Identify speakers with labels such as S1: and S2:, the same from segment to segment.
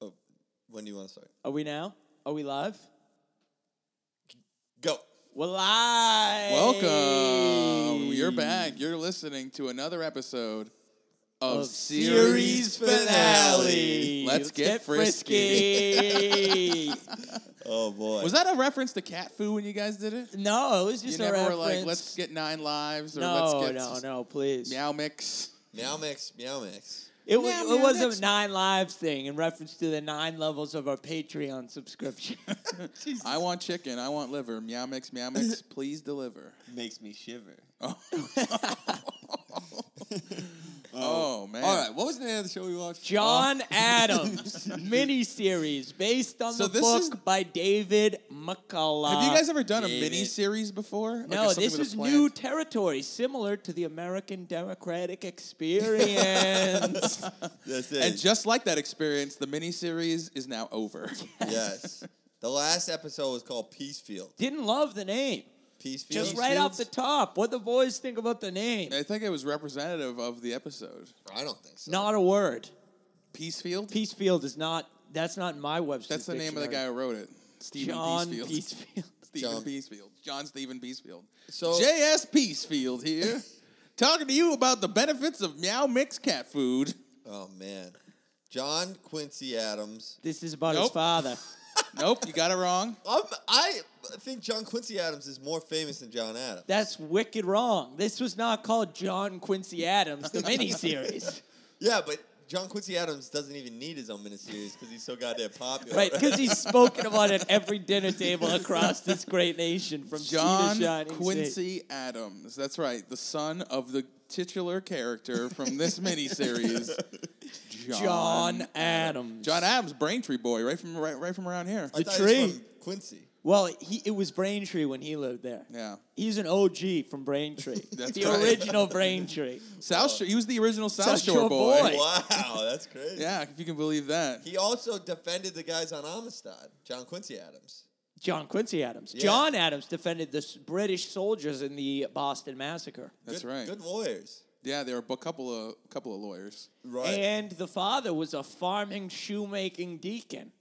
S1: Oh, When do you want to start?
S2: Are we now? Are we live?
S1: Go.
S2: We're live.
S3: Welcome. You're back. You're listening to another episode of,
S2: Series
S3: series
S2: finale.
S3: Let's get
S2: frisky.
S1: Oh boy.
S3: Was that a reference to cat food when you guys did it?
S2: no, it was
S3: You
S2: just a
S3: never were
S2: reference.
S3: like, let's get nine lives or
S2: no,
S3: let's get
S2: no,
S3: s-
S2: no, please.
S3: meow mix.
S1: meow mix, meow mix.
S2: It, was,
S3: Meow,
S2: it
S3: meow,
S2: was
S3: next.
S2: a nine lives thing in reference to the nine levels of our Patreon subscription.
S3: I want chicken. I want liver. Meow mix, meow mix. Please deliver.
S1: Makes me shiver.
S3: Oh, Oh, man.
S1: All right. What was the name of the show we watched?
S2: John Adams miniseries based on
S3: Oh. So
S2: the
S3: this
S2: book
S3: is-
S2: by David McCullough.
S3: Have you guys ever done a
S1: David.
S3: mini series before? Like
S2: Uh, No,
S3: something
S2: this
S3: with a
S2: is
S3: plan?
S2: new territory, similar to the American Democratic experience.
S1: That's it.
S3: And just like that experience, the mini series is now over.
S1: yes. The last episode was called Peacefield.
S2: Didn't love the name.
S1: Peacefield.
S2: Just right off the top. What the boys think about the name?
S3: I think it was representative of the episode.
S1: I don't think so.
S2: Not a word.
S3: Peacefield?
S2: Peacefield is not. That's not in my website.
S3: That's the name of the guy who wrote it. Stephen
S2: John
S3: Peacefield.
S2: Peacefield.
S3: Stephen
S1: John.
S3: Peacefield. John Stephen Peacefield.
S1: So-
S3: J.S. Peacefield here, talking to you about the benefits of Meow Mix cat food.
S1: Oh man. John Quincy Adams.
S2: This is about his
S3: Nope.
S2: father.
S3: Nope, you got it wrong.
S1: Um, I think John Quincy Adams is more famous than John Adams.
S2: That's wicked wrong. This was not called John Quincy Adams, the miniseries.
S1: Yeah, but John Quincy Adams doesn't even need his own miniseries because he's so goddamn popular.
S2: right, because he's spoken about at every dinner table across this great nation from sea to
S3: John
S2: shining sea.
S3: Quincy Adams. That's right, the son of the titular character from this miniseries.
S2: John Adams.
S3: John Adams, Braintree boy, right from right, right from around here.
S1: I
S2: the
S1: thought he was
S2: tree.
S1: from Quincy.
S2: Well, he, it was Braintree when he lived there.
S3: Yeah.
S2: He's an OG from Braintree.
S3: That's
S2: the
S3: right.
S2: original Braintree.
S3: South Shore. He was the original South,
S2: South
S3: Shore,
S2: Shore
S3: boy.
S2: boy.
S1: Wow, that's crazy.
S3: Yeah, if you can believe that.
S1: He also defended the guys on Amistad, John Quincy Adams.
S2: John Quincy Adams.
S1: Yeah.
S2: John Adams defended the s- British soldiers in the Boston Massacre.
S3: That's
S1: Good-
S3: right.
S1: Good lawyers.
S3: Yeah, there were a couple of couple of lawyers.
S1: Right.
S2: And the father was a farming, shoemaking deacon.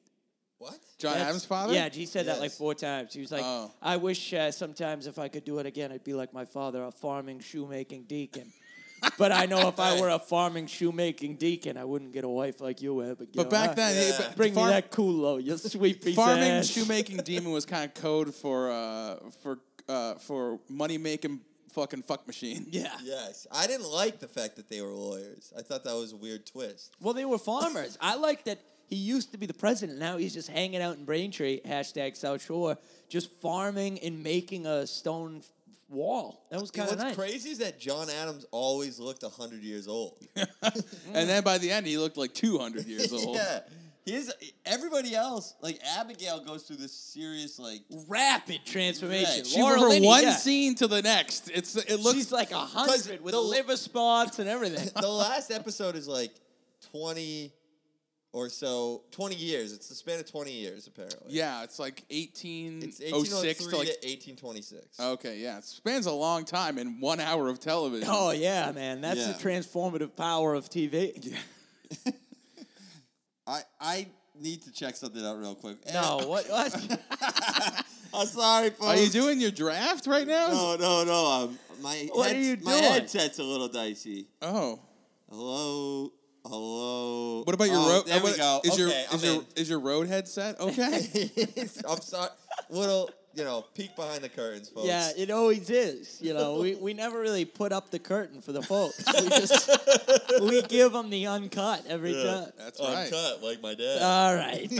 S1: what?
S3: John
S2: That's-
S3: Adams' father.
S2: Yeah, he said that like
S1: Yes.
S2: four times. He was like,
S3: Oh.
S2: I wish uh, sometimes if I could do it again, I'd be like my father, a farming, shoemaking deacon. but I know if I were a farming, shoemaking deacon, I wouldn't get a wife like you, Abigail.
S3: But back
S2: I-
S3: then,
S1: Yeah.
S3: yeah, but
S2: Bring
S3: farm-
S2: me that culo, you sweet piece of
S3: farming
S2: ass.
S3: shoemaking demon was kind of code for uh, for uh, for money making fucking fuck machine.
S2: Yeah.
S1: Yes. I didn't like the fact that they were lawyers. I thought that was a weird twist.
S2: Well, they were farmers. I like that he used to be the president. Now he's just hanging out in Braintree, hashtag South Shore, just farming and making a stone f- wall. That was
S1: And
S2: kind of
S1: what's
S2: nice.
S1: crazy is that John Adams always looked 100 years old.
S3: And then by the end, he looked like two hundred years old.
S1: yeah. His, everybody else, like Abigail goes through this serious, like,
S2: Rapid transformation.
S1: Right.
S3: She
S2: Laura
S3: went from
S2: Linney,
S3: one
S2: yeah.
S3: scene to the next. It's it looks
S2: She's like a hundred with
S1: the-
S2: liver spots and everything.
S1: the last episode is like 20 or so, 20 years. It's the span of 20 years, apparently.
S3: yeah, it's like eighteen
S1: It's
S3: oh
S1: 1803
S3: six
S1: to
S3: to like
S1: 1826.
S3: okay, yeah, it spans a long time in one hour of television.
S2: oh yeah, man, that's
S1: Yeah.
S2: the transformative power of TV.
S1: I, I need to check something out real quick. Eh,
S2: No, what? what?
S1: I'm sorry, folks.
S3: Are
S2: oh.
S3: you doing your draft right now?
S1: No, no, no. I'm, my
S2: What are
S1: heads-
S2: you
S1: My
S2: doing?
S1: headset's a little dicey.
S3: Oh,
S1: Hello, hello.
S3: what about your
S1: oh,
S3: road?
S1: There we
S3: what-
S1: go.
S3: Is
S1: okay,
S3: your
S1: I'm
S3: is your is your road headset okay?
S1: in. I'm sorry. Little, you know, peek behind the curtains, folks.
S2: yeah, it always is. You know, we, we never really put up the curtain for the folks. We just we give them the uncut every time.
S3: That's right.
S1: uncut like my dad.
S2: All right.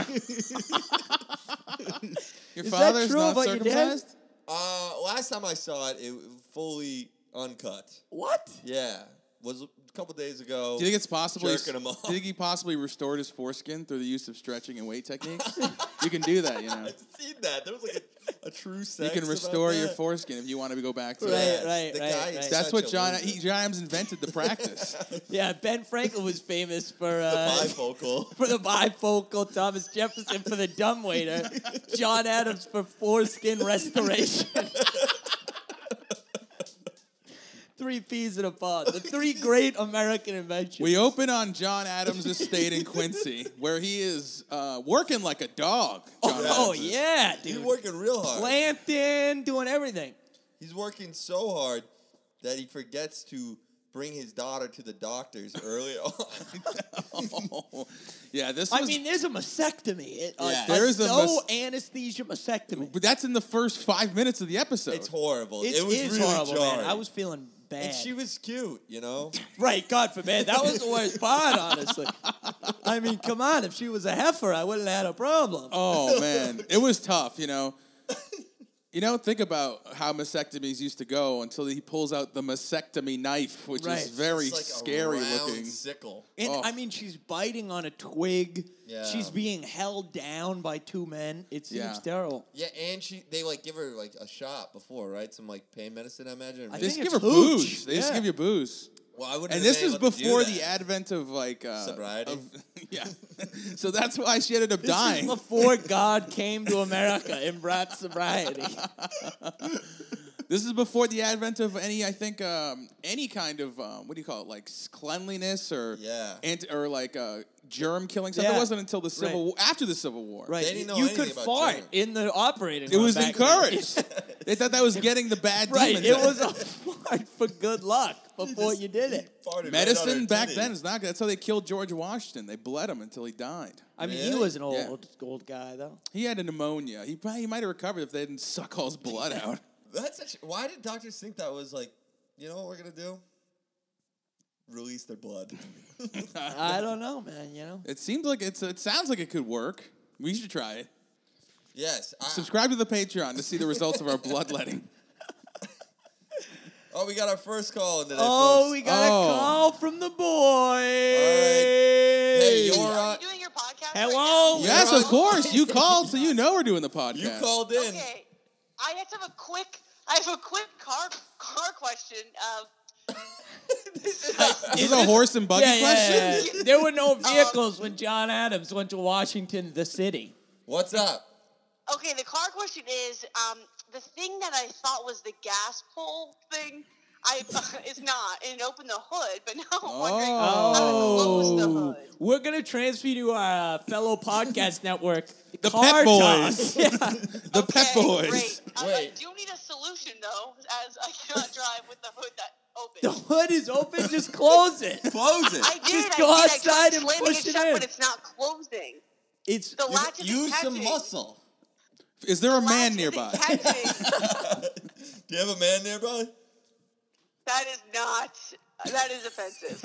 S3: Your
S2: Is that
S3: father's
S2: true
S3: not
S2: about your dad?
S3: circumcised?
S1: Uh, last time I saw it, it was fully uncut.
S2: what?
S1: Yeah, was a couple days ago.
S3: Do you think it's possible? he's-
S1: Jerking 'em off.
S3: Do you think he possibly restored his foreskin through the use of stretching and weight techniques? you can do that, you know.
S1: I've seen that. There was like a, a true sex.
S3: You can
S1: about
S3: restore your
S1: that.
S3: foreskin if you want to go back to
S2: Right,
S3: that.
S2: right,
S1: the
S2: right,
S1: guy
S2: right.
S1: is
S3: That's
S1: such
S3: what
S1: a
S3: John
S1: loser.
S3: he, John Adams invented the practice.
S2: Yeah, Ben Franklin was famous for uh,
S1: bifocal.
S2: for the bifocal, Thomas Jefferson for the dumbwaiter, John Adams for foreskin restoration. Three peas in a pod. The three great American inventions.
S3: We open on John Adams' estate in Quincy, where he is uh, working like a dog. John
S2: oh
S3: Adams is.
S2: yeah,
S1: He's
S2: dude.
S1: working real hard.
S2: Planting, doing everything.
S1: He's working so hard that he forgets to bring his daughter to the doctors early on.
S3: yeah. This was,
S2: I mean, there's a mastectomy. It, uh,
S1: Yeah.
S2: there
S3: There
S2: is
S3: is a
S2: no
S3: mas-
S2: anesthesia mastectomy.
S3: but that's in the first five minutes of the episode.
S1: it's horrible.
S2: It's,
S1: it was
S2: it's
S1: really
S2: horrible,
S1: jarring.
S2: man. I was feeling bad.
S1: and she was cute, you know.
S2: Right, God forbid. That was the worst part, honestly. I mean, come on. If she was a heifer, I wouldn't have had a problem.
S3: Oh man, it was tough. You know, you know. Think about how mastectomies used to go until he pulls out the mastectomy knife, which
S2: Right.
S3: is very
S1: It's like a
S3: scary
S1: round
S3: looking.
S1: sickle.
S2: and
S3: oh.
S2: I mean, she's biting on a twig.
S1: Yeah.
S2: She's being held down by two men. It seems
S3: Yeah.
S2: terrible.
S1: Yeah, and she they like give her like a shot before, right? Some like pain medicine, I imagine.
S2: I
S3: They
S2: think
S3: just give her
S2: it's
S3: booze.
S2: hooch.
S3: They just
S2: Yeah.
S3: give you booze.
S1: well, I wouldn't. have
S3: And this
S1: been
S3: is
S1: able to do
S3: before the
S1: that.
S3: advent of like uh,
S1: Sobriety.
S3: of- yeah, so that's why she ended up dying.
S2: This is before God came to America and brought sobriety.
S3: This is before the advent of any, I think, um, any kind of um, what do you call it, like s- cleanliness or
S1: Yeah.
S3: anti- or like uh, germ killing stuff.
S2: Yeah.
S3: It wasn't until the civil
S2: Right.
S3: war, after the civil war.
S2: Right.
S1: They didn't know
S2: you
S1: anything
S2: could
S1: about
S2: fart
S1: germs.
S2: in the operating
S3: It
S2: room
S3: was
S2: back then.
S3: encouraged. they thought that was getting the bad
S2: Right.
S3: demons.
S2: It
S3: out.
S2: was a fart for good luck before you did it.
S1: Farted right on
S3: medicine
S1: her
S3: back
S1: titty.
S3: then. Is not. That's how they killed George Washington. They bled him until he died.
S2: I mean, he
S1: Really?
S2: was an old
S3: Yeah.
S2: old guy though.
S3: He had a pneumonia. He probably he might have recovered if they didn't suck all his blood out.
S1: That's actually, why did doctors think that was like, you know what we're gonna do? Release their blood.
S2: I don't know, man. You know,
S3: It seems like it's. It sounds like it could work. We should try it.
S1: yes. I-
S3: Subscribe to the Patreon to see the results of our bloodletting.
S1: oh, we got our first call in today.
S2: Oh,
S1: folks.
S2: we got
S3: Oh.
S2: a call from the boys.
S1: Hey,
S2: Hey,
S1: you're
S4: Are
S1: on.
S4: you doing your podcast?
S2: Hello?
S4: Right
S3: Yes,
S1: We're
S3: of
S1: on-
S3: course. You called, so you know we're doing the podcast.
S1: You called
S4: now?
S1: in.
S4: Okay. I have to have a quick. I have a quick car car question. Um,
S3: This is a horse and buggy
S2: yeah, yeah,
S3: question. Uh,
S2: yeah, yeah. There were no vehicles when John Adams went to Washington, the city.
S1: What's up?
S4: okay, the car question is um, the thing that I thought was the gas pole thing. I is not, and it opened the hood. But now I'm wondering
S3: Oh.
S4: how to close the hood.
S2: Oh. we're gonna transfer you to our uh, fellow podcast network, the
S3: Pet Boys.
S2: Yeah.
S3: The Pet
S4: Okay,
S3: Boys.
S4: Great. I-
S1: Wait.
S4: I do need a solution though, as I cannot drive with the hood that opened.
S2: The hood is open. Just close it.
S1: Close it.
S4: I did.
S2: Just
S4: I
S2: go
S4: did. I
S2: outside
S4: tried
S2: and
S4: slamming
S2: push it
S4: shut,
S2: in.
S4: but it's not closing.
S2: It's
S4: The latch isn't
S1: Use some
S4: catching.
S1: muscle.
S3: Is there a
S4: The
S3: man
S4: latch isn't
S3: nearby?
S4: catching.
S1: Do you have a man nearby?
S4: That is not. That is offensive.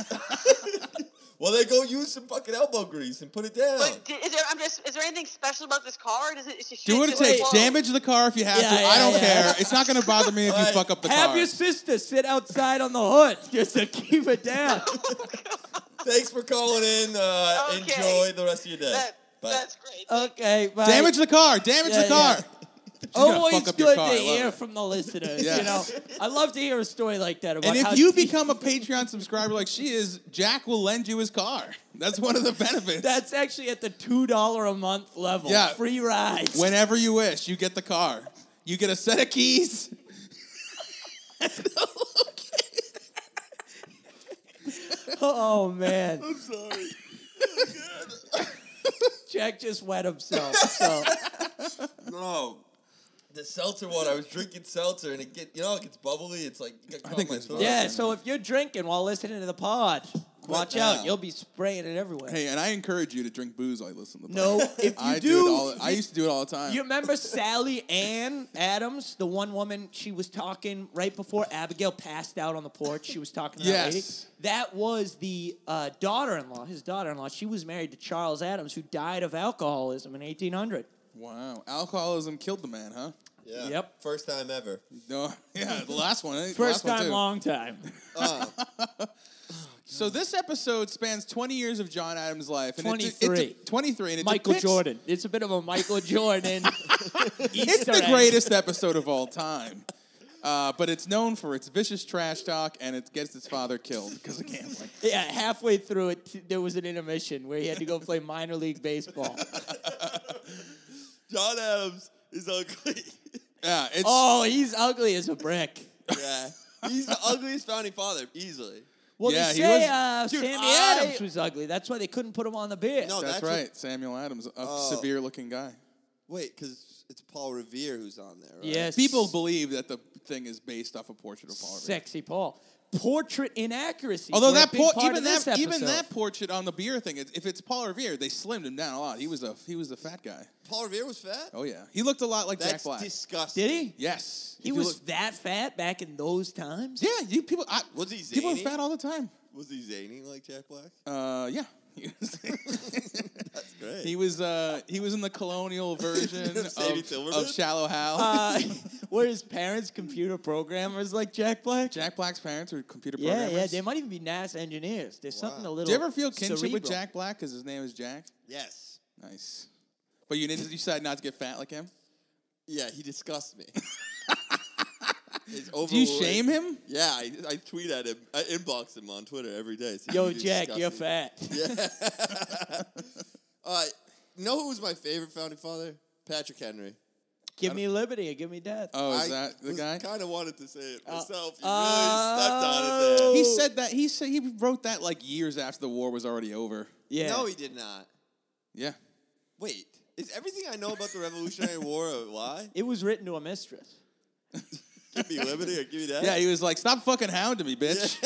S1: Well, then go use some fucking elbow grease and put it down.
S4: But d- is there? I'm just. Is there anything special about this car? Does it? Is it
S3: Do what it
S4: does
S3: takes.
S4: blow?
S3: Damage the car if you have
S2: Yeah,
S3: to. I
S2: yeah,
S3: don't
S2: yeah.
S3: care. It's not going to bother me if you
S1: Alright.
S3: fuck up the
S2: have
S3: car.
S2: your sister sit outside on the hood just to keep it down.
S1: Thanks for calling in. Uh,
S4: Okay.
S1: Enjoy the rest of your day.
S4: That,
S1: Bye.
S4: that's great.
S2: okay, bye.
S3: Damage the car. Damage
S2: Yeah,
S3: the car.
S2: yeah.
S3: gonna
S2: Always
S3: fuck up your
S2: good
S3: car,
S2: to
S3: I love
S2: hear
S3: it.
S2: from the listeners. You know,
S3: Yes.
S2: I love to hear a story like that about
S3: And
S2: how
S3: if you
S2: she-
S3: become a Patreon subscriber like she is, Jack will lend you his car. That's one of the benefits.
S2: That's actually at the two dollar a month level.
S3: Yeah.
S2: free rides.
S3: Whenever you wish, you get the car. You get a set of keys.
S2: oh man, I'm sorry. Jack just wet himself. So
S1: No. The seltzer one, I was drinking seltzer and it get you know it gets bubbly. It's like it got caught
S3: think
S1: in my
S3: it's
S1: throat.
S2: yeah, so if you're drinking while listening to the pod, watch
S1: now.
S2: out. You'll be spraying it everywhere.
S3: Hey, and I encourage you to drink booze while you listen to the
S2: No,
S3: podcast.
S2: if you
S3: I
S2: do,
S3: it all, I used to do it all the time.
S2: You remember Sally Ann Adams, the one woman she was talking right before Abigail passed out on the porch. She was talking to that lady.
S3: Yes.
S2: That was the uh, daughter-in-law, his daughter-in-law. She was married to Charles Adams, who died of alcoholism in 1800.
S3: Wow, alcoholism killed the man, huh?
S1: Yeah.
S2: Yep.
S1: First time ever.
S3: No, yeah, the last one. eh? The
S2: First
S3: last one,
S2: time,
S3: too.
S2: long time.
S3: So this episode spans 20 years of John Adams' life. And it de- it de-
S2: 23.
S3: 23. And it
S2: Michael
S3: depicts-
S2: Jordan. It's a bit of a Michael Jordan.
S3: It's the greatest episode of all time. Uh, but it's known for its vicious trash talk, and it gets its father killed because of gambling.
S2: Yeah, halfway through it, t- there was an intermission where he had to go play minor league baseball.
S1: John Adams is ugly.
S3: Yeah, it's
S2: Oh, he's ugly Oh, as a brick.
S1: yeah. He's the ugliest founding father, easily.
S2: Well,
S3: Yeah,
S2: they
S3: he
S2: say
S3: was-
S2: uh,
S1: Dude,
S2: Sammy
S1: I-
S2: Adams was ugly. That's why they couldn't put him on the beer.
S1: No,
S3: That's
S1: what-
S3: right. Samuel Adams, a
S1: Oh.
S3: severe looking guy.
S1: Wait, because it's Paul Revere who's on there, right?
S2: yes,
S3: People believe that the thing is based off a portrait of Paul Revere.
S2: sexy Paul. Portrait inaccuracy.
S3: Although
S2: were a
S3: that
S2: big
S3: por-
S2: part
S3: even
S2: of
S3: that
S2: this
S3: even
S2: episode.
S3: that portrait on the beer thing, it- if it's Paul Revere, they slimmed him down a lot. He was a he was a fat guy.
S1: Paul Revere was fat?
S3: Oh yeah, he looked a lot like Jack
S1: That's
S3: Black.
S1: disgusting.
S2: did he?
S3: yes, If
S2: He
S3: you
S2: was
S3: look-
S2: that fat back in those times.
S3: yeah, you people. I,
S1: Was he
S3: People are
S1: zany?
S3: fat all the time.
S1: Was he zany like Jack Black?
S3: Uh, yeah. He was-
S1: That's great.
S3: he was uh, he was in the colonial version of,
S1: Sadie Silverman?
S3: of Shallow Hal.
S2: Uh, were his parents computer programmers like Jack Black?
S3: Jack Black's parents were computer
S2: yeah,
S3: programmers.
S2: yeah. They might even be NASA engineers. There's something a
S1: Wow.
S2: little.
S3: Do you ever feel kinship with
S2: cerebral.
S3: Jack Black because his name is Jack?
S1: yes.
S3: Nice. But you didn't you decided not to get fat like him.
S1: Yeah, he disgusts me. He's
S3: Do you
S1: overweight.
S3: shame him?
S1: Yeah, I, I tweet at him. I inbox him on Twitter every day. See,
S2: Yo,
S1: you
S2: Jack, you're
S1: disgusting.
S2: fat.
S1: Uh, know who was my favorite founding father? Patrick Henry.
S2: give me liberty or give me death.
S3: Oh, is
S1: I
S3: that the guy? Uh,
S1: kind of wanted to say it myself. You
S2: oh.
S1: really stepped on it there.
S3: He said that he said he wrote that like years after the war was already over.
S2: yeah.
S1: No, he did not.
S3: Yeah.
S1: Wait, is everything I know about the Revolutionary War a lie?
S2: it was written to a mistress.
S1: Give me liberty or give me that?
S3: Yeah, he was like, "Stop fucking hounding me, bitch!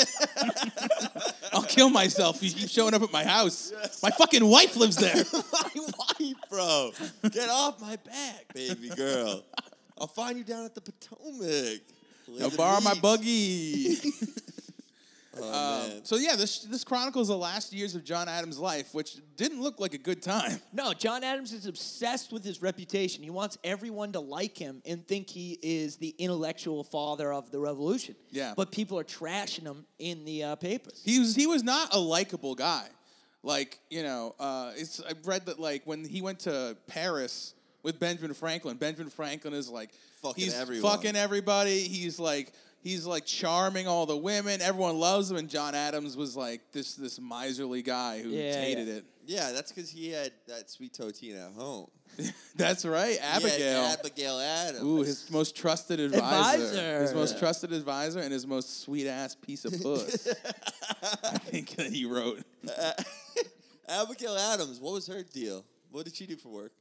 S3: I'll kill myself if you keep showing up at my house. My fucking wife lives there.
S1: my wife, bro. Get off my back, baby girl. I'll find you down at the Potomac.
S3: I'll borrow my buggy." Um,
S1: Oh, man.
S3: so yeah, this this chronicles the last years of John Adams' life, which didn't look like a good time.
S2: No, John Adams is obsessed with his reputation. He wants everyone to like him and think he is the intellectual father of the revolution.
S3: Yeah.
S2: But people are trashing him in the uh, papers.
S3: He was he was not a likable guy. Like you know, uh, it's I read that like when he went to Paris with Benjamin Franklin, Benjamin Franklin is like
S1: Fucking
S3: he's
S1: everyone.
S3: fucking everybody. He's like he's like charming all the women. Everyone loves him, and John Adams was like this this miserly guy who
S2: Yeah,
S3: hated
S2: yeah.
S3: it.
S1: yeah, that's because he had that sweet Totina at home.
S3: That's right,
S1: He had
S3: Abigail.
S1: Abigail Adams.
S3: Ooh, his most trusted advisor. His
S2: Advisor.
S3: most trusted advisor and his most sweet ass piece of puss. I think that he wrote.
S1: Abigail Adams, what was her deal? What did she do for work?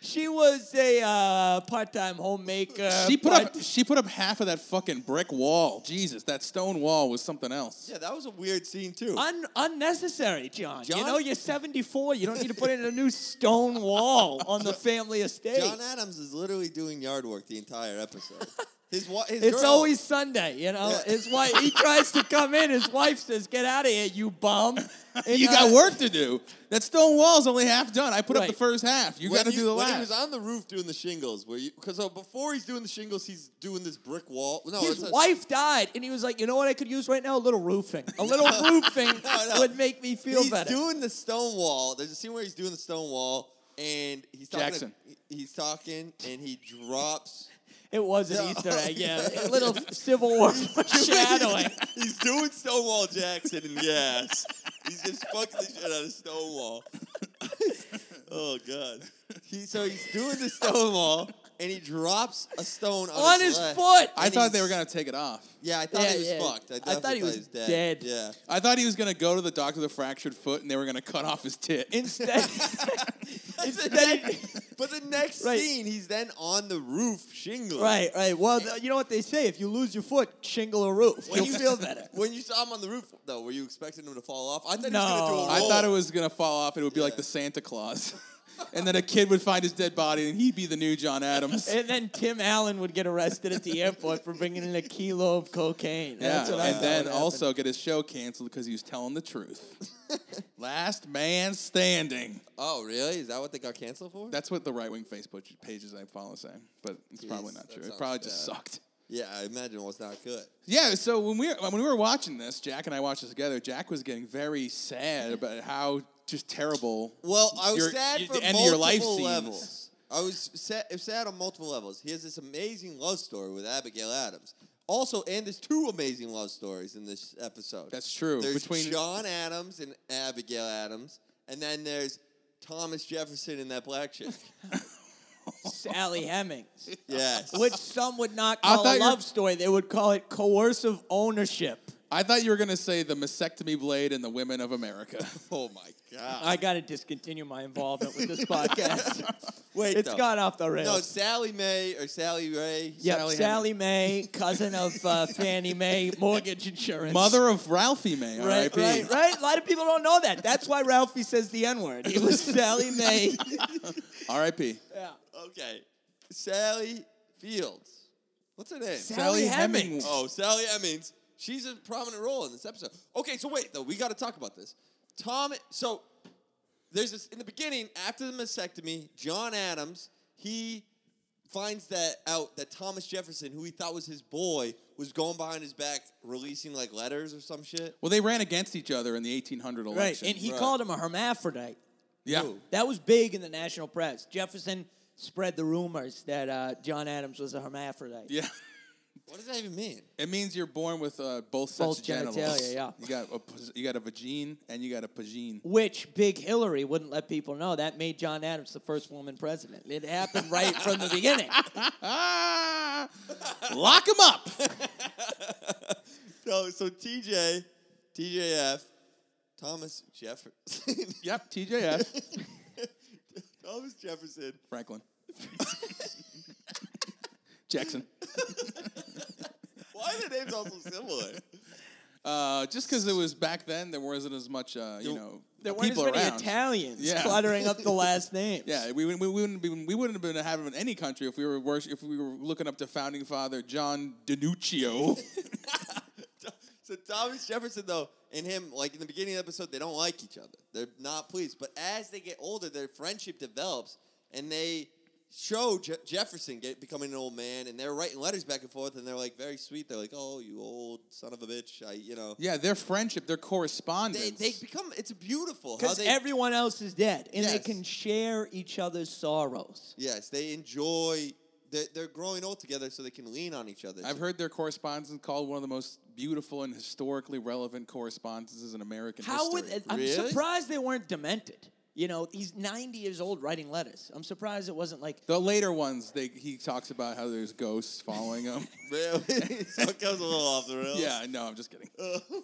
S2: She was a uh, part-time homemaker.
S3: She put
S2: part-
S3: up she put up half of that fucking brick wall. Jesus, that stone wall was something else.
S1: Yeah, that was a weird scene, too.
S2: Un- unnecessary, John. You
S1: John-
S2: know you're 74. You don't need to put in a new stone wall on the family estate.
S1: John Adams is literally doing yard work the entire episode. His, wa- his
S2: It's
S1: girl-
S2: always Sunday, you know.
S1: Yeah.
S2: His wife, he tries to come in. His wife says, "Get out of here, you bum." And,
S3: You got
S2: uh,
S3: work to do. That stone wall's only half done. I put up
S2: Right.
S3: the first half. You
S1: When
S3: got to
S1: you-
S3: do the
S1: when he was
S3: last.
S1: on the roof doing the shingles, where you because so before he's doing the shingles, he's doing this brick wall. No,
S2: His
S1: it's a-
S2: wife died, and he was like, "You know what I could use right now? A little roofing. A little roofing
S1: No, no.
S2: would make me feel
S1: he's
S2: better."
S1: doing the stone wall. There's a scene where he's doing the stone wall, and he's talking. to-
S3: Jackson.
S1: he's talking, and he drops.
S2: it was an
S1: Yeah.
S2: Easter egg, yeah. A little Civil War foreshadowing.
S1: he's doing Stonewall Jackson, and yes, he's just fucking the shit out of Stonewall. oh god. He, so he's doing the stone wall, and he drops a stone on,
S2: On his
S1: leg.
S2: foot.
S3: I
S1: and
S3: thought
S1: he's-
S3: they were gonna take it off.
S1: Yeah, I thought
S2: Yeah,
S1: he was
S2: yeah.
S1: fucked. I,
S2: I
S1: definitely
S2: thought he was dead.
S1: Yeah.
S3: I thought he was gonna go to the doctor with a fractured foot, and they were gonna cut off his tit.
S2: Instead, instead, he,
S1: But the next
S2: Right.
S1: scene, he's then on the roof shingling.
S2: right, right. Well, th- you know what they say: if you lose your foot, shingle a roof.
S1: When
S2: You'll
S1: you-
S2: feel better.
S1: When you saw him on the roof, though, were you expecting him to fall off? I thought he was going to do
S2: No.
S1: a roll.
S3: I thought it was gonna fall off, and it would be
S1: Oh.
S3: like
S1: Yeah.
S3: the Santa Claus, and then a kid would find his dead body, and he'd be the new John Adams.
S2: And then Tim Allen would get arrested at the airport for bringing in a kilo of cocaine.
S3: Yeah,
S2: That's what I
S3: and
S2: thought
S3: then
S2: would happen.
S3: also get his show canceled because he was telling the truth. Last man standing.
S1: Oh, really? Is that what they got canceled for?
S3: That's what the right wing Facebook pages I follow say, but it's probably not
S1: that
S3: true. It
S1: sounds
S3: probably just
S1: bad.
S3: sucked.
S1: yeah, I imagine it was not good.
S3: Yeah, so when we when we were watching this, Jack and I watched this together. Jack was getting very sad about how just terrible.
S1: Well, I was
S3: Your-
S1: sad
S3: you-
S1: for
S3: the end of
S1: multiple
S3: your life scenes.
S1: levels. I was sad, sad on multiple levels. He has this amazing love story with Abigail Adams. Also, and there's two amazing love stories in this episode.
S3: That's true.
S1: There's
S3: Between-
S1: John Adams and Abigail Adams, and then there's Thomas Jefferson and that black chick.
S2: Sally Hemings,
S1: Yes.
S2: which some would not
S3: I
S2: call
S3: thought
S2: a
S3: you-
S2: love story. They would call it coercive ownership.
S3: I thought you were going to say the mastectomy blade and the women of America.
S1: oh my god.
S2: I got to discontinue my involvement with this podcast.
S1: Wait,
S2: it's
S1: though.
S2: gone off the
S1: No,
S2: rails.
S1: Sally May or Sally Ray.
S2: yep,
S3: Sally
S2: Sally,
S3: Hemings.
S2: Mae, cousin of uh, Fannie Mae, mortgage insurance.
S3: Mother of Ralphie May,
S2: Right,
S3: R.I.P.
S2: right, right. A lot of people don't know that. That's why Ralphie says the N word. It was Sally Mae.
S3: R.I.P.
S2: Yeah.
S1: Okay. Sally Fields. What's her name?
S2: Sally Hemings.
S1: Oh, Sally Emmings. She's a prominent role in this episode. Okay, so wait though, we got to talk about this. Tom. So there's this in the beginning after the mastectomy. John Adams he finds that out that Thomas Jefferson, who he thought was his boy, was going behind his back releasing like letters or some shit.
S3: Well, they ran against each other in the 1800 election.
S2: Right, and he
S1: Right.
S2: called him a hermaphrodite.
S3: yeah.
S1: Ooh.
S2: That was big in the national press. Jefferson spread the rumors that uh, John Adams was a hermaphrodite.
S3: Yeah.
S1: What does that even mean?
S3: It means you're born with uh, both sets
S2: Both
S3: of genitals.
S2: genitalia, yeah.
S3: You got a pus- you got a vagine and you got a pagine.
S2: Which Big Hillary wouldn't let people know. That made John Adams the first woman president. It happened right from the beginning.
S3: Ah! Lock him up.
S1: So so TJ, TJF, Thomas Jefferson,
S3: yep. TJF
S1: Thomas Jefferson
S3: Franklin. Jackson.
S1: Why are the names all so similar?
S3: Uh, just because it was back then, there wasn't as much uh, you
S1: There-
S3: know
S2: There weren't
S3: people
S2: as many
S3: around.
S2: Italians
S3: Yeah.
S2: cluttering up the last names.
S3: Yeah, we, wouldn't- we wouldn't be, we wouldn't have been having any country if we were worship, if we were looking up to founding father John DiNuccio.
S1: So Thomas Jefferson though and him, like in the beginning of the episode, they don't like each other. They're not pleased. But as they get older, their friendship develops, and they show Je- Jefferson get becoming an old man, and they're writing letters back and forth, and they're like very sweet. They're like, "Oh, you old son of a bitch," I, you know.
S3: yeah, their friendship, their correspondence.
S1: They, they become. It's beautiful how
S2: Because
S1: they.
S2: everyone else is dead, and they
S1: Yes.
S2: can share each other's sorrows.
S1: yes, they enjoy. They're, they're growing old together, so they can lean on each other.
S3: I've heard their correspondence called one of the most beautiful and historically relevant correspondences in American
S2: How
S3: history.
S2: would I'm
S1: Really?
S2: surprised they weren't demented. You know, he's 90 years old writing letters. I'm surprised it wasn't like
S3: the later ones, they, he talks about how there's ghosts following him.
S1: Really? so it goes a little off the rails.
S3: yeah, no, I'm just kidding.
S2: Oh.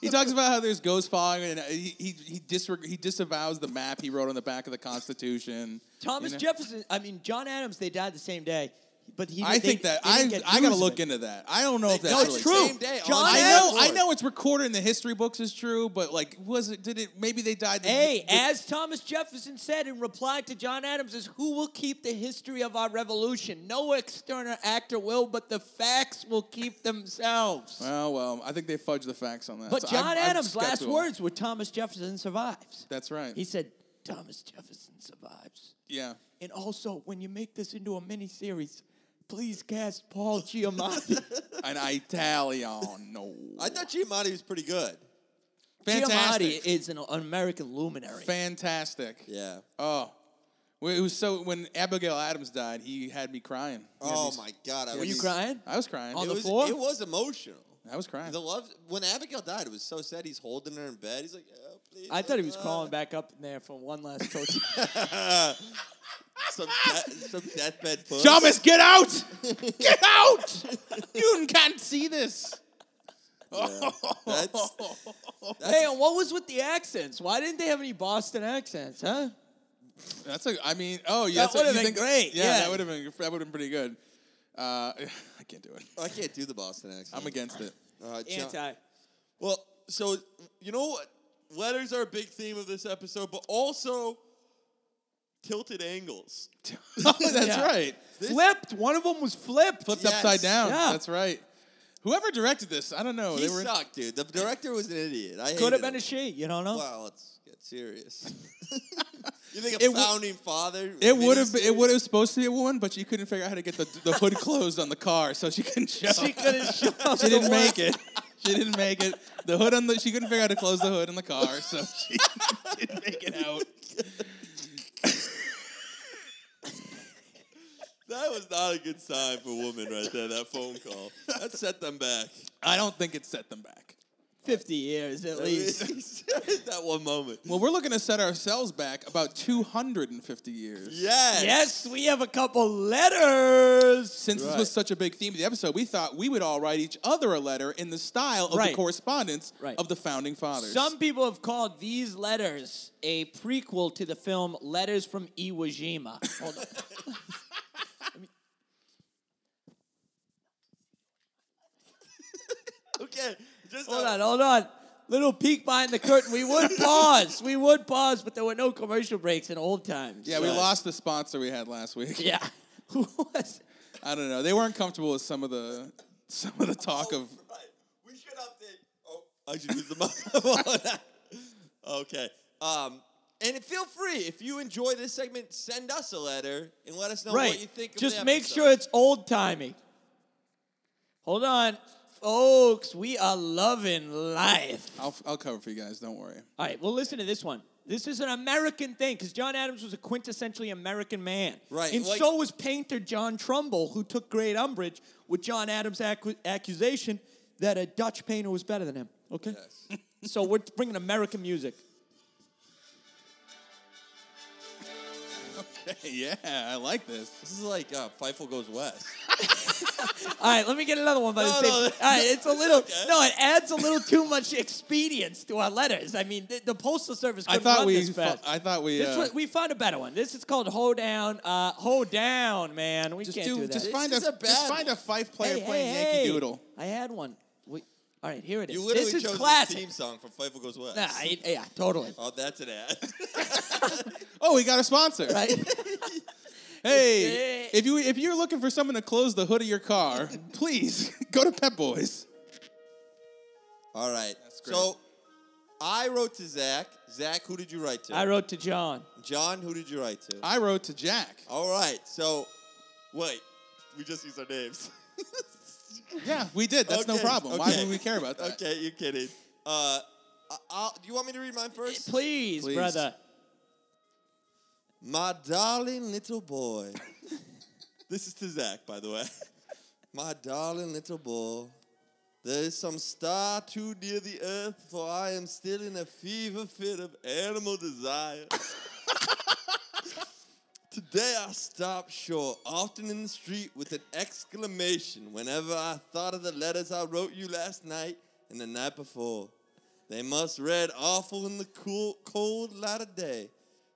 S3: he talks about how there's ghosts following him, and uh, he he he, disreg- he disavows the map he wrote on the back of the Constitution.
S2: Thomas
S3: You know?
S2: Jefferson. I mean, John Adams. They died the same day, but he.
S3: I
S2: they-
S3: think that
S2: they didn't
S3: I
S2: get
S3: I gotta
S2: news of
S3: look
S2: it.
S3: into that. I don't know if that's
S1: died
S3: really
S1: the same
S3: true.
S1: day on
S2: John
S1: the
S3: I
S1: same
S3: know,
S1: floor.
S3: I know it's recorded in the history books is true, but like, was it? Did it? Maybe they died. The,
S2: Hey,
S3: the-
S2: as Thomas Jefferson said in reply to John Adams, is who will keep the history of our revolution? No external actor will, but the facts will keep themselves.
S3: Oh well, I think they fudged the facts on that.
S2: but
S3: So I'm-
S2: John
S3: I'm
S2: Adams' last
S3: skeptical.
S2: words were Thomas Jefferson survives.
S3: That's right.
S2: He said, Thomas Jefferson survives.
S3: yeah.
S2: And also, when you make this into a miniseries, please cast Paul Giamatti.
S3: An Italiano.
S1: I thought Giamatti was pretty good.
S2: Giamatti
S3: Fantastic.
S2: is an, an American luminary.
S3: Fantastic.
S1: Yeah.
S3: Oh. Well, it was so when Abigail Adams died, he had me crying. He had
S1: Oh
S3: me-
S1: my god! I
S2: Were
S1: was,
S2: you crying?
S3: I was crying.
S2: On
S1: It
S2: the
S1: was,
S2: floor?
S1: It was emotional.
S3: I was crying.
S1: The love when Abigail died, it was so sad. He's holding her in bed. He's like, oh, please.
S2: I thought he was
S1: uh,
S2: crawling back up in there for one last coach.
S1: Some, de- some deathbed puss.
S3: Thomas, get out! Get out! you can't see this.
S1: That's,
S2: hey, and what was with the accents? Why didn't they have any Boston accents, huh?
S3: That's a. I mean, oh
S2: That
S3: yeah, that's a-
S2: would've
S3: you
S2: been
S3: think-
S2: great,
S3: Yeah,
S2: yeah.
S3: that would have been that would have been pretty good. Uh, I can't do it.
S1: I can't do the Boston accent.
S3: I'm against it.
S1: Uh, John-
S2: Anti.
S1: Well, so you know what? Letters are a big theme of this episode, but also tilted angles.
S3: that's
S2: Yeah.
S3: right.
S2: Flipped. One of them was flipped.
S3: Flipped
S1: Yes.
S3: upside down.
S2: Yeah.
S3: That's right. Whoever directed this, I don't
S2: Oh,
S3: know.
S1: He
S3: they were
S1: sucked, dude. The director was an idiot. I
S2: Could
S1: hated
S2: have been
S1: him.
S2: a she. You don't know.
S1: Wow, let's get serious. you think a
S3: It would-
S1: founding father?
S3: It would have
S1: miniseries?
S3: it would have supposed to be a woman, but she couldn't figure out how to get the, the hood closed on the car, so she couldn't show.
S2: She couldn't show.
S3: She didn't make it. She didn't make it. The hood on the she couldn't figure out how to close the hood in the car, so she didn't make it out.
S1: That was not a good sign for women right there. That phone call that set them back.
S3: I don't think it set them back.
S2: 50 years at least.
S1: that one moment.
S3: Well, we're looking to set ourselves back about 250 years.
S1: Yes.
S2: Yes, we have a couple letters.
S3: Since this
S1: Right.
S3: was such a big theme of the episode, we thought we would all write each other a letter in the style of
S2: Right.
S3: the correspondence
S2: Right.
S3: of the founding fathers.
S2: Some people have called these letters a prequel to the film Letters from Iwo Jima. Hold on.
S1: Okay. Just
S2: Hold
S1: uh,
S2: on, hold on. Little peek behind the curtain. We would pause. We would pause, but there were no commercial breaks in old times.
S3: yeah, we
S1: Right.
S3: lost the sponsor we had last week.
S2: Yeah. Who was it?
S3: I don't know. They weren't comfortable with some of the some of the talk of
S1: Oh, right. We should update. Oh, I should use the mic. okay. Um, and feel free if you enjoy this segment, send us a letter and let us know
S2: right.
S1: what you think. Of
S2: Just
S1: the
S2: make
S1: episode.
S2: sure it's old timey. Hold on. Folks, we are loving life.
S3: I'll I'll cover for you guys, don't worry.
S2: All right, well, listen to this one. This is an American thing because John Adams was a quintessentially American man.
S1: Right,
S2: And
S1: like-
S2: so was painter John Trumbull, who took great umbrage with John Adams' accu- accusation that a Dutch painter was better than him. Okay?
S1: Yes.
S2: so we're bringing American music.
S3: yeah, I like this.
S1: This is like uh, Feifel goes west.
S2: All right, let me get another one by the
S1: No,
S2: same.
S1: no,
S2: All
S1: that-
S2: right, it's a little.
S1: Okay.
S2: No, it adds a little too much expedience to our letters. I mean, the, the postal service.
S3: I
S2: couldn't
S3: thought
S2: run
S3: we
S2: This
S3: fu-
S2: fast.
S3: I thought we
S2: This
S3: uh,
S2: one- we found a better one. This is called "Ho Down." Uh, "Ho Down," man. We
S3: just
S2: can't
S3: do,
S2: do, that.
S3: just
S1: This
S3: find
S1: is
S3: a,
S1: a bad
S3: just
S1: one.
S3: find a five player
S2: hey,
S3: playing
S2: hey,
S3: Yankee
S2: hey.
S3: Doodle.
S2: I had one. We, all right, here it is.
S1: You literally
S2: this is
S1: chose
S2: classic.
S1: the theme song from Feifel goes west.
S2: Nah, I- yeah, totally.
S1: oh, that's an ad.
S3: Oh, we got a sponsor.
S2: Right?
S3: Hey,
S2: Hey.
S3: if you if you're looking for someone to close the hood of your car, please go to Pep Boys.
S1: All right.
S3: great.
S1: So I wrote to Zach. Zach, who did you write to?
S2: I wrote to John.
S1: John, who did you write to?
S3: I wrote to Jack.
S1: All right. So wait, we just used our names.
S3: Yeah, we did. That's no
S1: Okay,
S3: problem. Why
S1: okay.
S3: would we care about that?
S1: okay, you're kidding. Uh, I- I'll, do you want me to read mine first?
S2: Please,
S3: Please.
S2: brother.
S1: My darling little boy. this is to Zach, by the way. My darling little boy. There is some star too near the earth, for I am still in a fever fit of animal desire. Today I stopped short, often in the street, with an exclamation whenever I thought of the letters I wrote you last night and the night before. They must read awful in the cool, cold light of day.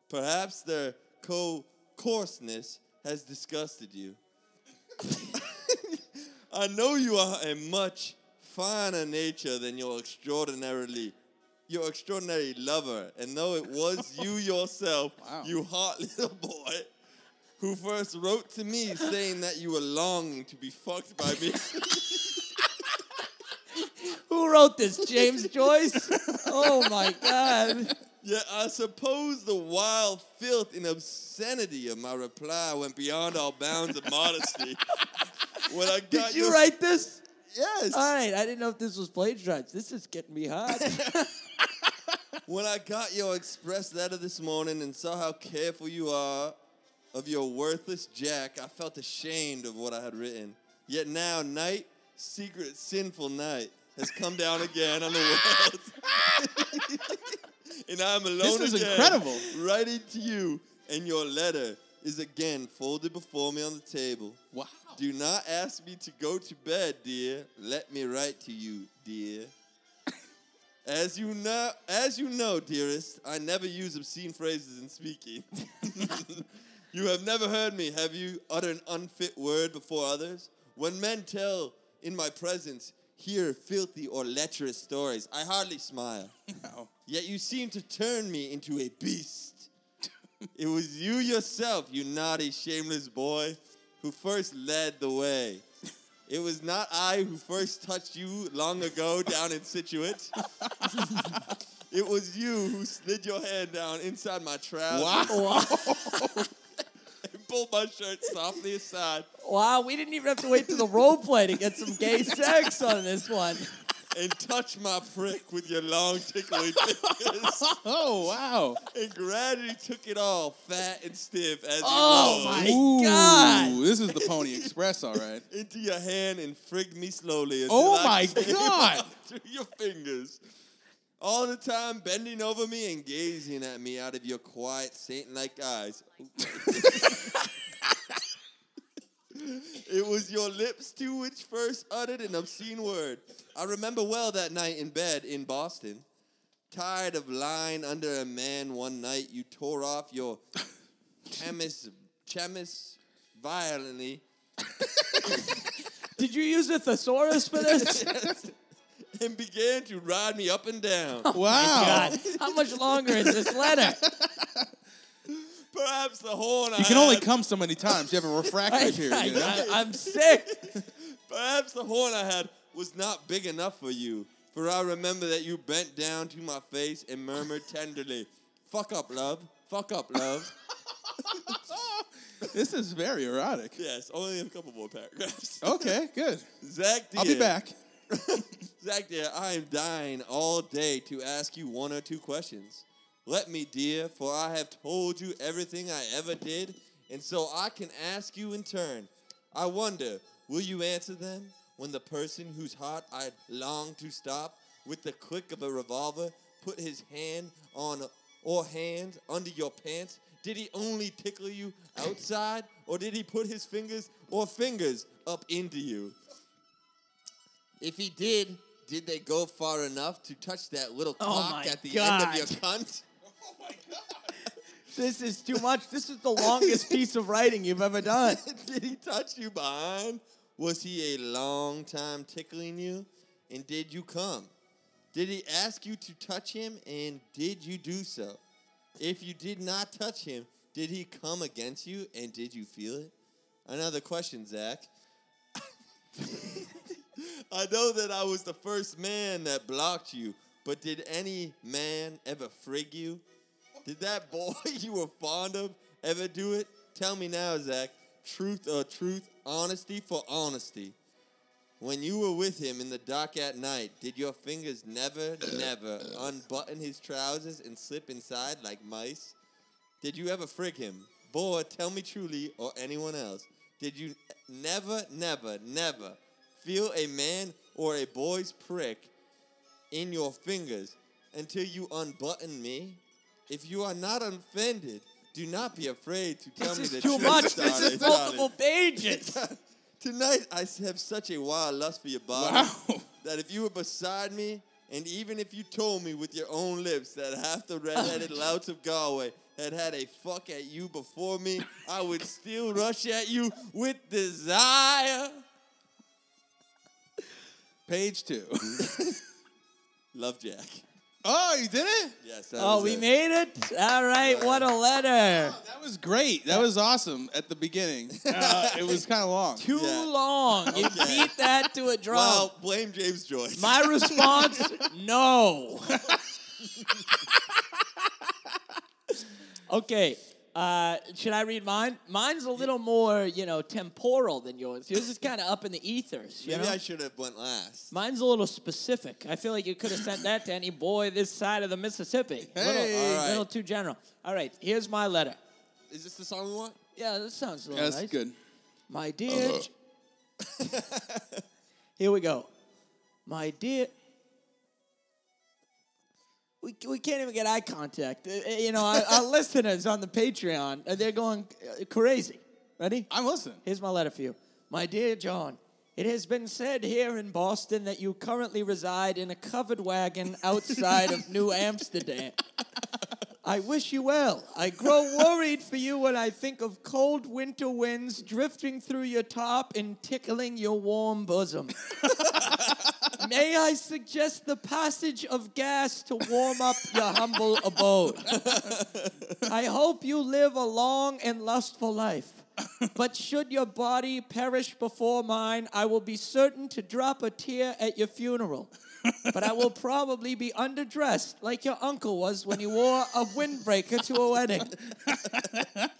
S1: Perhaps their co coarseness has disgusted you. I know you are a much finer nature than your extraordinarily your extraordinary lover, and though it was you yourself,
S3: Wow.
S1: you hot little boy, who first wrote to me saying that you were longing to be fucked by me.
S2: Who wrote this? James Joyce? Oh my God.
S1: Yet I suppose the wild filth and obscenity of my reply went beyond all bounds of modesty. when I got
S2: Did you
S1: your-
S2: write this?
S1: Yes.
S2: All right, I didn't know if this was plagiarized. This is getting me hot.
S1: When I got your express letter this morning and saw how careful you are of your worthless Jack, I felt ashamed of what I had written. Yet now, night, secret, sinful night, has come down again on the world. and I'm alone
S3: is
S1: again,
S3: incredible.
S1: Writing to you, and your letter is again folded before me on the table.
S3: Wow.
S1: Do not ask me to go to bed, dear. Let me write to you, dear. As you know, as you know, dearest, I never use obscene phrases in speaking. you have never heard me, have you, utter an unfit word before others? When men tell in my presence here filthy or lecherous stories, I hardly smile.
S3: Wow.
S1: Yet you seem to turn me into a beast. it was you yourself, you naughty, shameless boy, who first led the way. It was not I who first touched you long ago down in Situate. it was you who slid your hand down inside my trousers
S3: Wow.
S1: and pulled my shirt softly aside
S2: wow, we didn't even have to wait to the role play to get some gay sex on this one.
S1: and touch my prick with your long tickling fingers.
S3: Oh wow!
S1: and gradually took it all, fat and stiff, as
S2: Oh,
S1: you
S2: my
S1: rose
S3: Ooh,
S2: God.
S3: this is the Pony Express, all right.
S1: into your hand and frigged me slowly. Until
S3: Oh,
S1: I
S3: my
S1: came
S3: God.
S1: up Through your fingers, all the time bending over me and gazing at me out of your quiet saint-like eyes. It was your lips to which first uttered an obscene word. I remember well that night in bed in Boston. Tired of lying under a man one night, you tore off your chemis, chemis violently
S2: Did you use a thesaurus for this?
S1: and began to ride me up and down.
S3: Oh. Wow!
S2: God, how much longer is this letter?
S1: Perhaps the horn I
S3: You can only
S1: had,
S3: come so many times. You have a refractory period. You know?
S2: I, am sick.
S1: perhaps the horn I had was not big enough for you. For I remember that you bent down to my face and murmured tenderly, "Fuck up, love. Fuck up, love."
S3: This is very erotic.
S1: yes, only a couple more paragraphs.
S3: Okay, good.
S1: Zach, dear,
S3: Oh, I'll be back.
S1: Zach, dear, I am dying all day to ask you one or two questions. Let me, dear, for I have told you everything I ever did, and so I can ask you in turn. I wonder, will you answer them when the person whose heart I long to stop, with the click of a revolver, put his hand on or hands under your pants? Did he only tickle you outside, or did he put his fingers or fingers up into you? If he did, did they go far enough to touch that little
S2: Oh
S1: cock
S2: my
S1: at the
S2: God.
S1: end of your cunt?
S2: This is too much. This is the longest piece of writing you've ever done.
S1: did he touch you behind? Was he a long time tickling you? And did you come? Did he ask you to touch him? And did you do so? If you did not touch him, did he come against you? And did you feel it? Another question, Zach. I know that I was the first man that blocked you, but did any man ever frig you? Did that boy you were fond of ever do it? Tell me now, Zach. Truth or truth, honesty for honesty. When you were with him in the dock at night, did your fingers never, never unbutton his trousers and slip inside like mice? Did you ever frig him? Boy, tell me truly, or anyone else, did you never, never, never feel a man or a boy's prick in your fingers until you unbutton me? If you are not offended, do not be afraid to tell
S2: This
S1: me
S2: is
S1: the
S2: too
S1: truth.
S2: much. This
S1: darling,
S2: is
S1: darling.
S2: multiple pages.
S1: Tonight I have such a wild lust for your body
S3: Wow.
S1: that if you were beside me, and even if you told me with your own lips that half the red-headed louts of Galway had had a fuck at you before me, I would still rush at you with desire.
S3: Page two.
S1: Love, Jack.
S3: oh, you did it?
S1: Yes. That
S2: Oh,
S1: was
S2: we
S1: it.
S2: made it. All right, what a letter.
S3: That was great. That was awesome at the beginning. Uh, it was kind of long.
S2: Too
S1: Yeah.
S2: long. You
S1: Okay.
S2: beat that to a draw.
S1: Wow. Blame James Joyce.
S2: My response, no. okay. Uh, should I read mine? Mine's a little more, you know, temporal than yours. Yours is kind of up in the ethers. You
S1: Maybe
S2: know?
S1: I should have went last.
S2: Mine's a little specific. I feel like you could have sent that to any boy this side of the Mississippi. A little,
S3: Hey.
S1: All right.
S2: little too general. All right, here's my letter.
S1: Is this the song we want?
S2: Yeah, that sounds a little
S3: That's
S2: Oh, nice.
S3: good. Uh-huh.
S2: My dear. J- Here we go. My dear. We, we can't even get eye contact. Uh, uh, You know, our, our listeners on the Patreon, uh, they're going uh, crazy. Ready?
S3: I'm listening.
S2: Here's my letter for you. My dear John, it has been said here in Boston that you currently reside in a covered wagon outside of New Amsterdam. I wish you well. I grow worried for you when I think of cold winter winds drifting through your top and tickling your warm bosom. May I suggest the passage of gas to warm up your humble abode? I hope you live a long and lustful life. But should your body perish before mine, I will be certain to drop a tear at your funeral. But I will probably be underdressed like your uncle was when he wore a windbreaker to a wedding.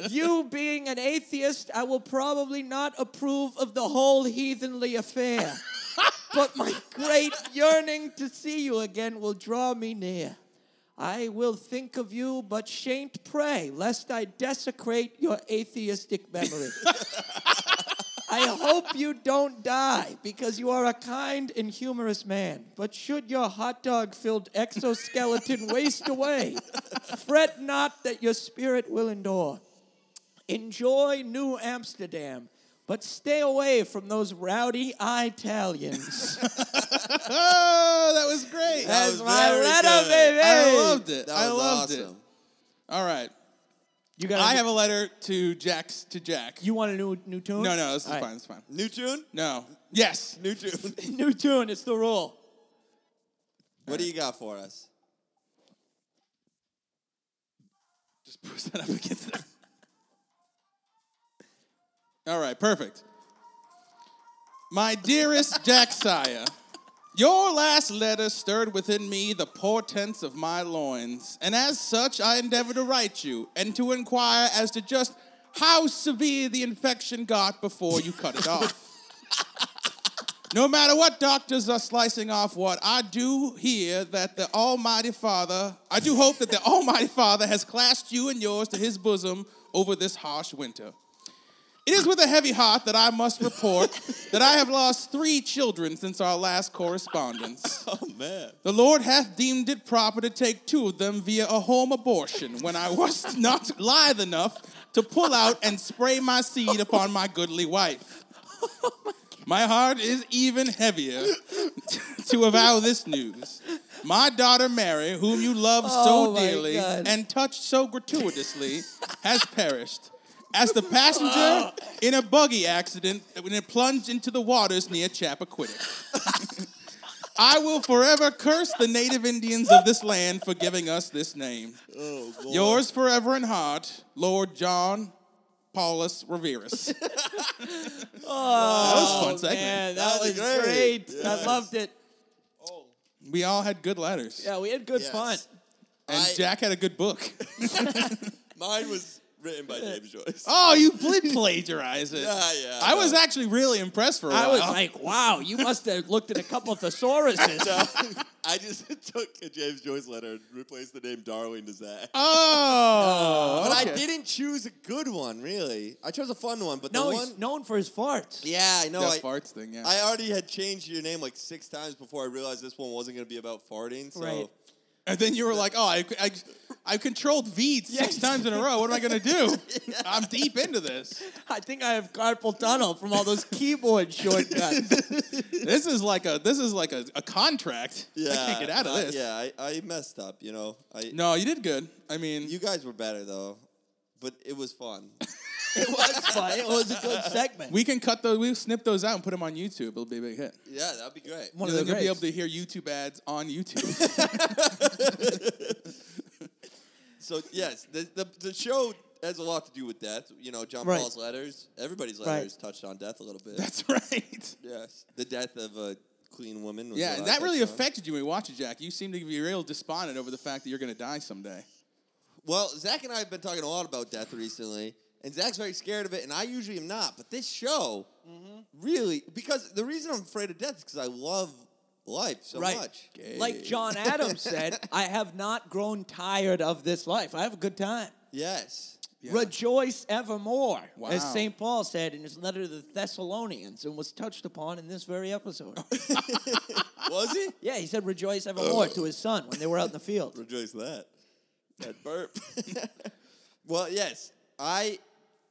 S2: You being an atheist, I will probably not approve of the whole heathenly affair. but my great yearning to see you again will draw me near. I will think of you, but shan't pray, lest I desecrate your atheistic memory. I hope you don't die, because you are a kind and humorous man. But should your hot dog filled exoskeleton waste away, fret not that your spirit will endure. Enjoy New Amsterdam, but stay away from those rowdy Italians.
S3: Oh, that was great.
S1: That
S2: That's
S1: was
S2: my
S1: very
S2: letter,
S1: good.
S2: baby.
S3: I loved it.
S1: That
S3: I
S1: was
S3: loved it.
S1: awesome.
S3: All right.
S2: You got.
S3: I
S2: a-
S3: have a letter to Jack's to Jack.
S2: You want a new new tune?
S3: no, no, this is
S2: All right.
S3: fine. It's fine.
S1: New tune?
S3: No. Yes.
S1: New tune.
S2: New tune. It's the rule.
S1: what do you got for us?
S3: Just push that up against that. All right, perfect. My dearest Jacksire, your last letter stirred within me the portents of my loins, and as such, I endeavor to write you and to inquire as to just how severe the infection got before you cut it off. No matter what doctors are slicing off what, I do hear that the Almighty Father, I do hope that the Almighty Father has clasped you and yours to his bosom over this harsh winter. It is with a heavy heart that I must report that I have lost three children since our last correspondence.
S1: Oh man.
S3: The Lord hath deemed it proper to take two of them via a home abortion when I was not lithe enough to pull out and spray my seed upon my goodly wife. My heart is even heavier to avow this news. My daughter Mary, whom you love
S2: Oh,
S3: so
S2: my
S3: dearly
S2: God.
S3: and touched so gratuitously, has perished. As the passenger in a buggy accident when it plunged into the waters near Chappaquiddick. I will forever curse the native Indians of this land for giving us this name.
S1: Oh boy.
S3: Yours forever in heart, Lord John Paulus Reverus. that
S2: Oh,
S3: was a fun segment.
S2: Man, that,
S1: That was
S2: was
S1: great.
S2: great. I loved it.
S3: We all had good letters.
S2: Yeah, we had good
S1: Yes.
S2: fun.
S3: And
S1: I-
S3: Jack had a good book.
S1: Mine was written by James Joyce.
S3: oh, you did plagiarize it.
S1: Yeah, yeah,
S3: I was
S1: no.
S3: actually really impressed for a while.
S2: I was like, wow, you must have looked at a couple of thesauruses.
S1: So, I just took a James Joyce letter and replaced the name Darwin to Zach.
S3: oh.
S1: But I
S3: okay.
S1: didn't choose a good one, really. I chose a fun one, but
S2: No,
S1: the
S2: he's
S1: one.
S2: known for his farts.
S1: Yeah, I know.
S3: That
S1: I,
S3: farts thing, yeah.
S1: I already had changed your name like six times before I realized this one wasn't going to be about farting. So
S2: Right.
S3: and then you were like, oh, I, I, I controlled Veed six
S2: Yes.
S3: times in a row. What am I going to do? I'm deep into this.
S2: I think I have carpal tunnel from all those keyboard shortcuts.
S3: This is like a this is like a, a contract.
S1: yeah,
S3: I can't get out of
S1: I-
S3: this.
S1: yeah, I, I messed up. You know, I
S3: No, you did good. I mean,
S1: you guys were better though, but it was fun.
S2: it was fun. It was a good segment.
S3: we can cut those. We'll snip those out and put them on YouTube. It'll be a big hit.
S1: yeah, that'd be great.
S2: One
S3: And
S2: of
S3: then
S2: the
S3: you'll be able
S2: greats.
S3: to hear YouTube ads on YouTube.
S1: So yes, the, the the show has a lot to do with death. You know, John
S2: Right.
S1: Paul's letters, everybody's
S2: Right.
S1: letters touched on death a little bit.
S3: That's right.
S1: yes, the death of a clean woman. Was
S3: Yeah,
S1: the
S3: and
S1: last
S3: that really
S1: touched on.
S3: affected you when we watched it, Jack. You seem to be real despondent over the fact that you're going to die someday.
S1: Well, Zach and I have been talking a lot about death recently, and Zach's very scared of it, and I usually am not. But this show, really, because the reason I'm afraid of death is because I love life so
S2: right.
S1: much.
S2: Like John Adams said, I have not grown tired of this life. I have a good time.
S1: Yes.
S3: Yeah.
S2: Rejoice evermore, as
S3: Wow.
S2: St. Paul said in his letter to the Thessalonians and was touched upon in this very episode.
S1: Was he?
S2: yeah, he said, Rejoice evermore to his son when they were out in the field.
S1: Rejoice that. That burp. well, yes, I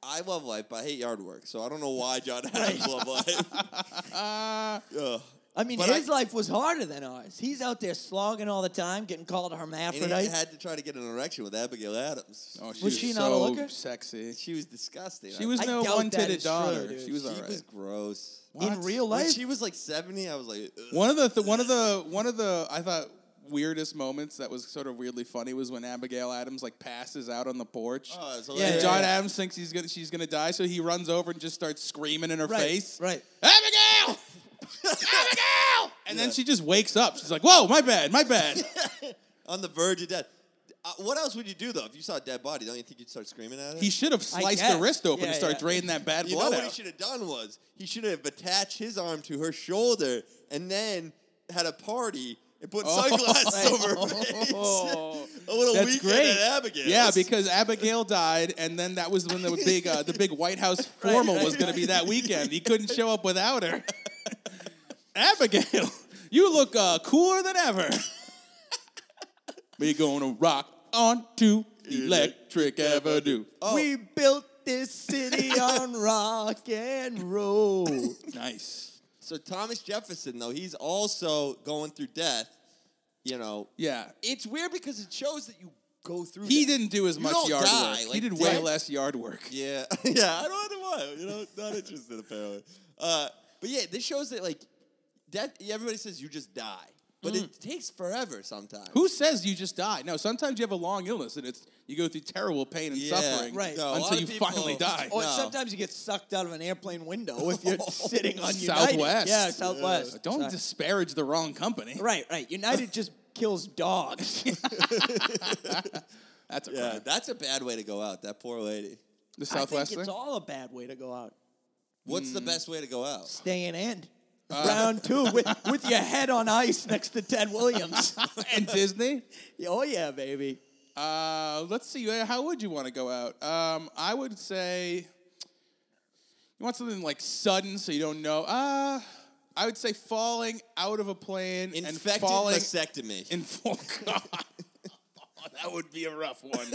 S1: I love life, but I hate yard work, so I don't know why John Adams loved life. Ugh.
S2: I mean,
S1: But
S2: his
S1: I-
S2: life was harder than ours. He's out there slogging all the time, getting called a
S1: And he
S2: hermaphrodite.
S1: had to try to get an erection with Abigail Adams.
S3: Oh,
S2: Was
S3: she was
S2: she not a
S3: so
S2: looker?
S3: sexy.
S1: She was disgusting.
S3: She was
S2: I
S3: no
S2: doubt that
S3: one-titted
S2: is true,
S3: daughter.
S2: dude.
S3: she was
S1: she
S3: all right.
S1: was gross.
S2: in
S3: What?
S2: real
S1: When
S2: life,
S1: she was like 70, I was like, Ugh.
S3: One of the th- one of the one of the I thought weirdest moments that was sort of weirdly funny was when Abigail Adams like passes out on the porch.
S1: Oh, it's
S2: Yeah,
S3: and
S1: hilarious.
S3: John Adams thinks he's gonna she's gonna die, so he runs over and just starts screaming in her
S2: right,
S3: face.
S2: right.
S3: Abigail! Abigail! And then
S1: Yeah.
S3: she just wakes up. She's like, "Whoa, my bad, my bad."
S1: on the verge of death. Uh, what else would you do though? If you saw a dead body, don't you think you'd start screaming at it?
S3: He should have sliced the
S2: guess.
S3: wrist open
S2: Yeah,
S3: and started
S2: yeah.
S3: draining that bad
S1: you know
S3: blood
S1: what he
S3: out.
S1: should have done was he should have attached his arm to her shoulder and then had a party and put sunglasses over her face. a little
S3: Oh. That's
S1: weekend
S3: great.
S1: at Abigail's.
S3: Yeah, because Abigail died, and then that was when the big uh, the big White House formal was going to be that weekend. He couldn't show up without her. Abigail, you look uh, cooler than ever. we gonna rock on to Electric Avenue.
S1: Oh.
S2: We built this city on rock and roll.
S3: Nice.
S1: so Thomas Jefferson though he's also going through death. You know,
S3: Yeah,
S1: it's weird because it shows that you go through.
S3: he
S1: that.
S3: didn't do as
S1: You
S3: much
S1: don't
S3: yard
S1: die
S3: work. he
S1: like
S3: did
S1: that.
S3: way less yard work.
S1: Yeah, yeah. I don't know why. You know, not interested apparently. Uh, but yeah, this shows that like that everybody says you just die, but it takes forever sometimes.
S3: Hmm. Who says you just die? No, sometimes you have a long illness and it's you go through terrible pain and
S1: Yeah,
S3: suffering
S2: right.
S1: No, a lot
S3: until
S1: of
S3: you
S1: people-
S3: finally die.
S2: Or
S1: No. Oh,
S2: sometimes you get sucked out of an airplane window if you're sitting on United.
S3: Southwest.
S2: Yeah, Southwest.
S3: Don't
S2: Sorry.
S3: disparage the wrong company.
S2: Right, right. United just kills dogs.
S3: That's a
S1: Yeah,
S3: crime.
S1: that's a bad way to go out. That poor lady.
S2: I
S3: The
S2: think
S3: Southwest
S2: it's
S3: thing.
S2: all a bad way to go out.
S1: What's
S2: Hmm.
S1: the best way to go out?
S2: Stay in end.
S1: Uh.
S2: Round two with, with your head on ice next to Ted Williams.
S3: and Disney.
S2: oh yeah, baby.
S3: Uh, let's see. uh, How would you want to go out? Um, I would say you want something like sudden, so you don't know. Uh, I would say falling out of a plane and
S1: Infected
S3: falling
S1: mastectomy.
S3: in full.
S2: Oh,
S3: that would be a rough one.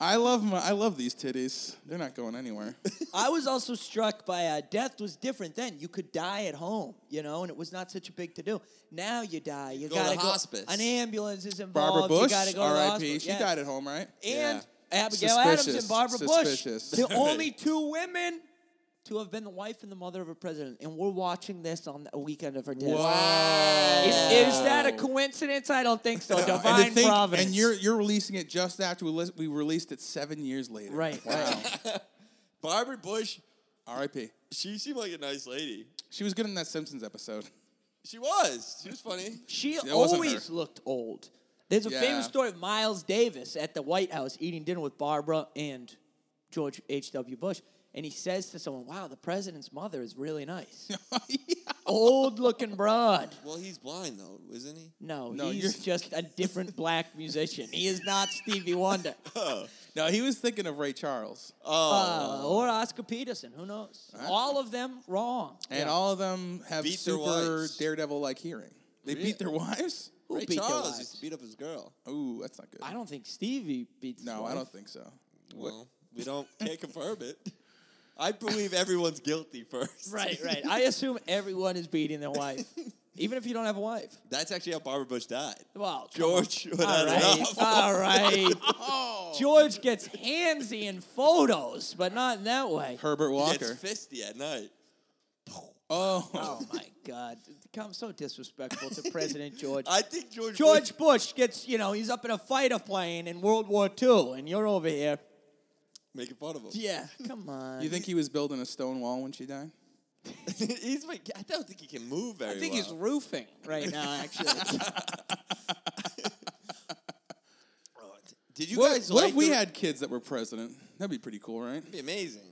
S3: I love my. I love these titties. They're not going anywhere.
S2: I was also struck by uh, death was different then. You could die at home, you know, and it was not such a big to do. Now you die, you
S1: Go to
S2: gotta go.
S1: hospice.
S2: An ambulance is involved.
S3: Barbara Bush,
S2: you gotta go to
S3: R.I.P.
S2: hospital.
S3: She
S2: yeah.
S3: died at home, right?
S2: And Abigail Adams
S3: Suspicious.
S2: and Barbara
S3: Suspicious.
S2: Bush, the only two women to have been the wife and the mother of a president, and we're watching this on a weekend of her death.
S3: Wow.
S2: Is, is that a coincidence? I don't think so.
S3: And to
S2: Divine
S3: think-
S2: providence.
S3: And you're you're releasing it just after we, lis- we released it seven years later.
S2: right. right.
S1: Barbara Bush,
S3: R.I.P.
S1: she seemed like a nice lady.
S3: She was good in that Simpsons episode.
S1: She was. She was funny.
S2: She
S3: wasn't
S2: always
S3: her.
S2: looked old. There's a
S3: Yeah.
S2: famous story of Miles Davis at the White House eating dinner with Barbara and George H.W. Bush. And he says to someone, Wow, the president's mother is really nice. Old looking broad.
S1: Well, he's blind though, isn't he?
S2: No,
S3: No,
S2: he's
S3: you're-
S2: just a different black musician. He is not Stevie Wonder
S3: No, he was thinking of Ray Charles,
S1: Oh,
S2: uh, or Oscar Peterson. Who knows? All of them wrong.
S3: and all of them have
S1: Beat their
S3: super
S1: wives.
S3: daredevil like hearing. They beat their wives.
S2: Who
S1: Ray
S2: beat their
S1: Charles
S2: wives?
S1: used to beat up his girl.
S3: Ooh, that's not good.
S2: I don't think Stevie beats.
S3: no,
S2: his
S3: I
S2: wife.
S3: don't think so.
S1: Well, we don't can't confirm it. I believe everyone's guilty first.
S2: Right, right. I assume everyone is beating their wife, even if you don't have a wife.
S1: That's actually how Barbara Bush died.
S2: Well, come on.
S1: George would have
S2: All right,
S1: enough.
S2: all right. George gets handsy in photos, but not in that way.
S3: Herbert Walker.
S1: Gets fisty at night.
S3: oh,
S2: Oh my God! I'm so disrespectful to President George.
S1: I think George.
S2: George Bush gets, you know, he's up in a fighter plane in World War II, and you're over here.
S1: making fun of him.
S2: Yeah, come on.
S3: you think he was building a stone wall when she died?
S1: he's. like- I don't think he can move very
S2: I think
S1: well.
S2: he's roofing right now, actually.
S1: Did you
S3: What,
S1: guys?
S3: what
S1: like
S3: if we
S1: the-
S3: had kids that were president? That'd be pretty cool, right?
S1: It'd be amazing.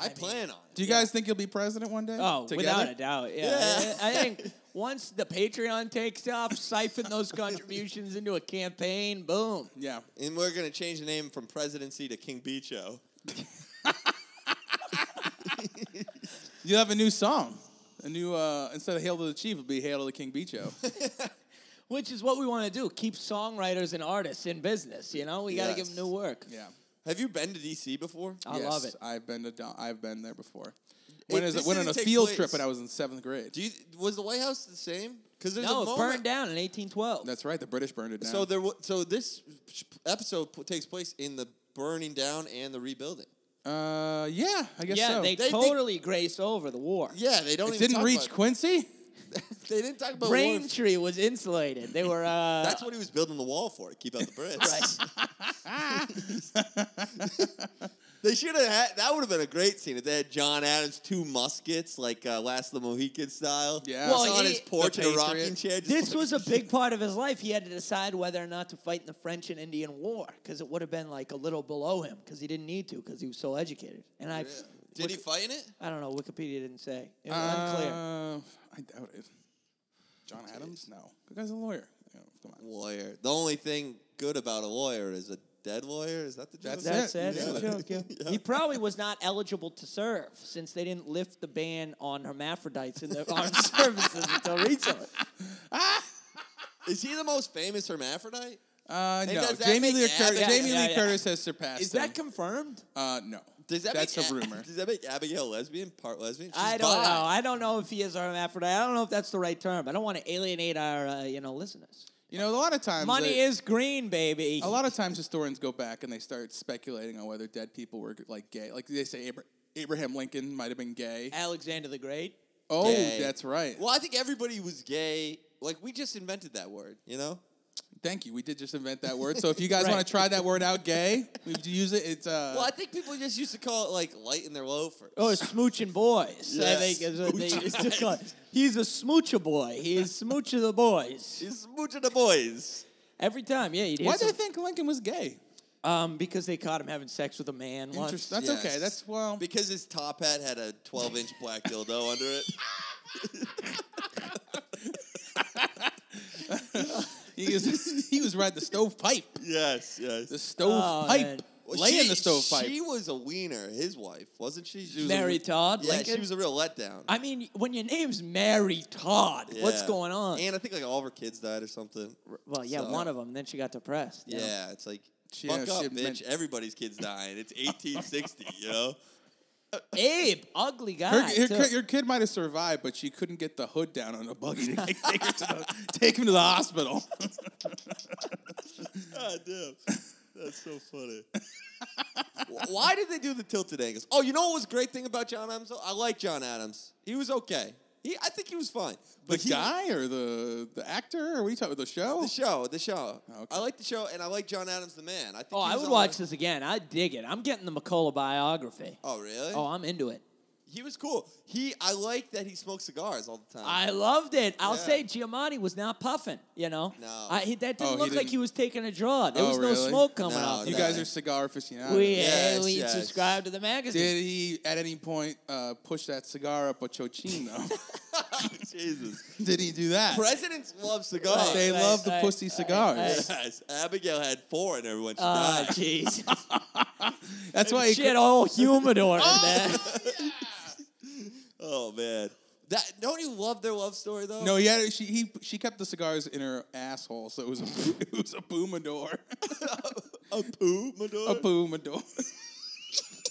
S1: I, plan on it.
S3: Do you guys think you'll be president one day?
S2: oh,
S3: Together?
S2: without a doubt. Yeah,
S1: Yeah.
S2: I, I think once the Patreon takes off, siphon those contributions into a campaign. Boom.
S3: Yeah.
S1: And we're gonna change the name from presidency to King Bicho.
S3: You'll have a new song. A new uh, instead of Hail to the Chief, it'll be Hail to the King Bicho.
S2: Which is what we want to do: keep songwriters and artists in business. You know, we got to give
S1: Yes.
S2: them new work.
S3: yeah.
S1: Have you been to DC before?
S2: I
S3: Yes,
S2: love it.
S3: I've been to Don- I've been there before. When
S1: It-
S3: is it?
S1: this
S3: Went on a
S1: didn't take
S3: field
S1: place.
S3: trip when I was in seventh grade.
S1: Do you was the White House the same? Because there's
S2: no,
S1: a
S2: it
S1: moment.
S2: burned down in 1812.
S3: That's right. The British burned it down.
S1: So there. wa- So this episode p- takes place in the burning down and the rebuilding.
S3: uh, yeah, I guess
S2: yeah,
S3: so.
S2: they,
S1: They- they-
S2: totally grace over the war.
S1: Yeah, they don't.
S3: it
S1: even
S3: didn't
S1: talk
S3: reach
S1: About,
S3: Quincy.
S1: they didn't talk about war.
S2: Braintree was insulated. They were. Uh,
S1: That's what he was building the wall for to keep out the Brits.
S2: right.
S1: They should have had that would have been a great scene if they had John Adams two muskets like uh, Last of the Mohican style.
S3: Yeah.
S1: Just
S2: Well,
S1: on
S2: he-
S1: his porch
S3: The
S1: in a
S3: Patriot.
S1: rocking chair. Just
S2: This was a big part of his life. He had to decide whether or not to fight in the French and Indian War because it would have been like a little below him because he didn't need to because he was so educated. And I,
S5: Did he fight in it?
S2: I don't know. Wikipedia didn't say. It was unclear.
S3: Uh, I doubt it. John Adams? No. The guy's a lawyer. Yeah, come on.
S1: lawyer. The only thing good about a lawyer is a dead lawyer. Is that the joke?
S3: That's
S2: That's
S3: it.
S2: it. That's a joke, yeah. He probably was not eligible to serve since they didn't lift the ban on hermaphrodites in the armed services until recently.
S1: Is he the most famous hermaphrodite?
S3: Uh, no.
S1: does that
S3: Jamie
S1: make
S3: Lee, Cur-
S1: Abbott-
S3: Jamie
S2: Yeah,
S3: Lee
S2: yeah.
S3: Curtis has surpassed
S2: Is
S3: him.
S2: that confirmed?
S3: uh, no.
S1: Does that
S3: That's
S1: make
S3: a
S1: Ab-
S3: rumor.
S1: Does that make Abigail lesbian, part lesbian? She's
S2: I don't
S1: bi.
S2: know. I don't know if he is a hermaphrodite. I don't know if that's the right term. I don't want to alienate our, uh, you know, listeners.
S3: You know, a lot of times.
S2: Money
S3: they-
S2: is green, baby.
S3: A lot of times historians go back and they start speculating on whether dead people were like gay. Like they say Abra- Abraham Lincoln might have been gay.
S2: Alexander the Great.
S3: Oh,
S1: Gay.
S3: that's right.
S1: Well, I think everybody was gay. Like we just invented that word, you know.
S3: Thank you. We did just invent that word. So if you guys
S2: Right.
S3: want to try that word out, gay, we use it. It's uh,
S1: Well, I think people just used to call it like light in their loafers.
S2: Oh, smooching boys. I
S1: Yes.
S2: think is what they
S1: Smooching
S2: used to call it. He's a smoocher boy. He is smooch of the boys.
S1: he's smooching the boys.
S2: Every time, yeah. He'd hear
S3: why do
S2: some-
S3: they think Lincoln was gay?
S2: um, because they caught him having sex with a man once.
S3: Interest- That's
S1: Yes.
S3: okay. That's well.
S1: Because his top hat had a 12 inch black dildo under it.
S3: He was he was right. The stovepipe.
S1: Yes, yes.
S3: The stovepipe.
S2: Oh, man.
S1: Well,
S3: Lay in
S1: she-
S3: the stovepipe.
S1: She was a wiener, his wife, wasn't she? she was a-
S2: Mary Todd.
S1: Yeah,
S2: Lincoln?
S1: she was a real letdown.
S2: I mean, when your name's Mary Todd, what's
S1: Yeah.
S2: going on?
S1: And I think like all of her kids died or something.
S2: well, yeah,
S1: So-
S2: one of them. Then she got depressed. you know?
S1: Yeah, it's like
S3: She-
S1: fuck
S3: yeah,
S1: up,
S3: she
S1: bitch.
S3: meant-
S1: Everybody's kids dying. It's 1860, you know.
S2: Abe, ugly guy.
S3: Her, her,
S2: too.
S3: kid- your kid might have survived, but she couldn't get the hood down on a buggy to like, take, her to the, take him to the hospital.
S1: God damn. That's so funny. Why did they do the tilted angles? Oh, you know what was a great thing about John Adams? though? I like John Adams. He was okay. He, I think he was fine.
S3: the
S1: But he-
S3: guy or the the actor? Or what are you talking about? The
S2: Oh.
S3: show?
S1: the show, the show.
S3: Okay.
S1: I like the show, and I like John Adams, the man. I think
S2: Oh,
S1: he
S2: I
S1: was
S2: would
S1: on
S2: watch
S1: the-
S2: this again. I dig it. I'm getting the McCullough biography.
S1: Oh, really?
S2: Oh, I'm into it.
S1: He was cool. He, I like that he smoked cigars all the time.
S2: I loved it. I'll
S1: Yeah.
S2: say Giamatti was not puffing. You know,
S1: No.
S2: I, he, that didn't
S3: Oh, he
S2: look like
S3: didn't-
S2: he was taking a draw. There
S3: Oh,
S2: was no
S3: really?
S2: smoke coming
S1: No,
S2: off.
S3: Oh, you
S2: that.
S3: guys
S1: guy.
S3: are cigar aficionados.
S2: we eh,
S1: Yes,
S2: we
S1: yes.
S2: subscribe to the magazine.
S3: Did he at any point uh, push that cigar up a chochino?
S1: Jesus.
S3: Did he do that?
S1: Presidents love cigars.
S2: Right,
S3: they
S2: right,
S3: love the
S2: right,
S3: pussy
S2: right,
S3: cigars.
S2: right.
S1: Yes. Abigail had four, and everyone she
S2: Ah,
S1: died.
S2: jeez.
S3: That's why he
S2: Shit, all humidor in there.
S1: Oh man. That don't you love their love story though?
S3: No, yeah, she he, she kept the cigars in her asshole, so it was a, it was a boomador,
S1: a poo, Madonna.
S3: a boomador.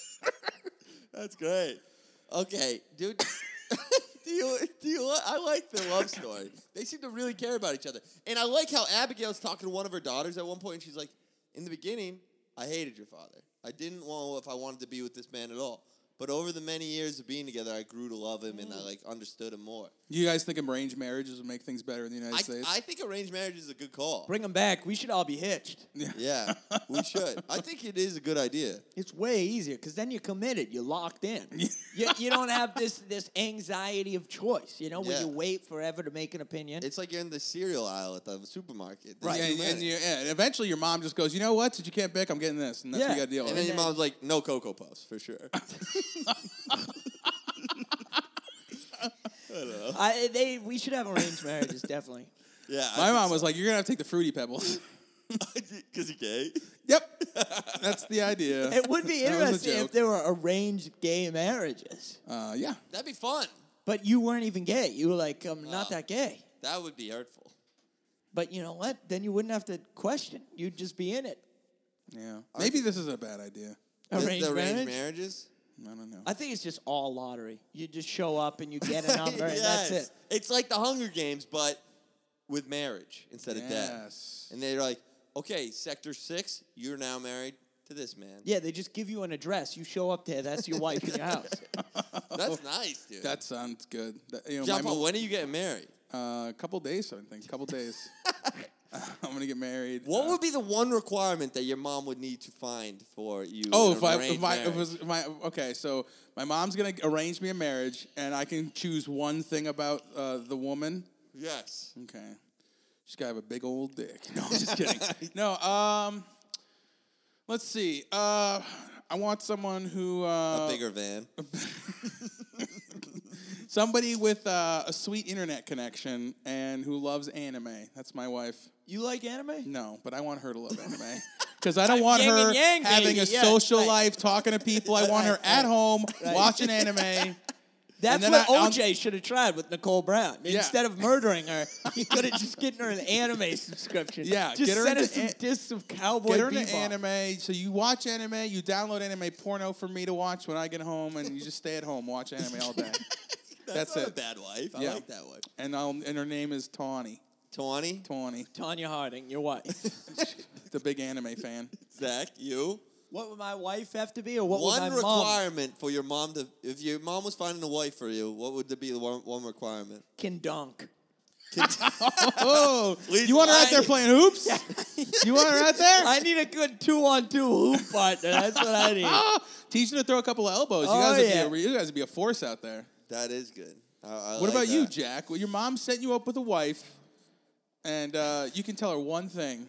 S1: That's great. Okay, dude. do you do you? li- I like the love story. They seem to really care about each other, and I like how Abigail's talking to one of her daughters at one point, and she's like, "In the beginning, I hated your father. I didn't know if I wanted to be with this man at all. But over the many years of being together, I grew to love him,
S3: Mm.
S1: and I like understood him more.
S3: You guys think arranged marriages would make things better in the United
S1: I,
S3: States?
S1: I think arranged marriage is a good call.
S2: Bring them back. We should all be hitched.
S1: yeah, we should. I think it is a good idea.
S2: It's way easier because then you're committed. You're locked in. you, you don't have this this anxiety of choice. You know, when
S1: Yeah.
S2: you wait forever to make an opinion.
S1: It's like you're in the cereal aisle at the supermarket. There's
S3: Yeah,
S1: too
S3: and, and
S1: many.
S3: you- yeah, and eventually your mom just goes, you know what? Since you can't bake, I'm getting this, and that's what you
S2: Yeah.
S3: got to deal
S1: And then
S3: with.
S1: your
S2: then-
S1: mom's like, no Cocoa Puffs for sure.
S2: I, they we should have arranged marriages definitely.
S1: yeah.
S3: My mom was like, you're gonna have to take the fruity pebbles.
S1: because he gay.
S3: yep, that's the idea.
S2: It would be
S3: That was a
S2: interesting if
S3: joke.
S2: there were arranged gay marriages,
S3: Uh, yeah.
S1: That'd be fun.
S2: but you weren't even gay. You were like, I'm
S1: Oh.
S2: not that gay.
S1: That would be hurtful.
S2: But you know what? Then you wouldn't have to question. You'd just be in it.
S3: Yeah. Maybe this is a bad idea.
S1: The-
S2: Arranged,
S1: the arranged
S2: marriage.
S1: marriages.
S3: I don't know.
S2: I think it's just all lottery. You just show up and you get a number, and
S1: Yes.
S2: that's it.
S1: It's like the Hunger Games, but with marriage instead of death.
S3: Yes.
S1: And they're like, okay, Sector Six, you're now married to this man.
S2: Yeah, they just give you an address. You show up there. That's your wife in your house.
S1: That's nice, dude.
S3: That sounds good. That- you know, my
S1: John Paul,
S3: mom-
S1: when are you getting married?
S3: uh, couple days, I think. Couple days. I'm gonna get married.
S1: What
S3: Uh,
S1: would be the one requirement that your mom would need to find for you?
S3: Oh,
S1: in
S3: if I
S1: arranged
S3: if my if it
S1: marriage?
S3: was if my okay, so my mom's gonna arrange me a marriage, and I can choose one thing about uh, the woman.
S1: yes.
S3: Okay, she's gotta have a big old dick. No, I'm just kidding. No, um, let's see. Uh, I want someone who uh,
S1: a bigger van.
S3: somebody with uh, a sweet internet connection and who loves anime. That's my wife.
S2: You like anime?
S3: No, but I want her to love anime. Because I don't want
S2: Yang
S3: her
S2: and yang,
S3: having
S2: baby.
S3: a
S2: Yeah,
S3: social
S2: right.
S3: life, talking to people. I want her
S2: Right,
S3: at
S2: right.
S3: home watching anime.
S2: That's
S3: then
S2: what
S3: I- I'll-
S2: OJ should have tried with Nicole Brown. Instead of murdering her, he could have just gotten her an anime subscription.
S3: Yeah,
S2: just
S3: get her
S2: send
S3: into
S2: us some
S3: an-
S2: discs of Cowboy
S3: Get her into
S2: Bebop.
S3: anime. So you watch anime, you download anime porno for me to watch when I get home, and you just stay at home, watch anime all day. That's
S1: not
S3: it.
S1: a bad wife. I
S3: Yeah.
S1: like that wife.
S3: And I'll, and her name is Tawny.
S1: Tawny,
S3: Tawny,
S2: Tanya Harding, your wife.
S3: the big anime fan.
S1: Zach, you.
S2: what would my wife have to be, or what would
S1: one
S2: my mom?
S1: requirement for your mom to, if your mom was finding a wife for you, what would be the one, one requirement?
S2: Can dunk.
S3: Oh,
S1: Leave
S3: you want her out there
S1: mine.
S3: playing hoops? you want her out there?
S2: I need a good two-on-two hoop partner. That's what I need.
S3: Ah, teach her to throw a couple of elbows. You
S2: Oh,
S3: guys, would
S2: yeah.
S3: be a, you guys would be a force out there.
S1: That is good. I, I
S3: What
S1: like
S3: about you,
S1: that.
S3: Jack? Well, your mom set you up with a wife, and uh, you can tell her one thing,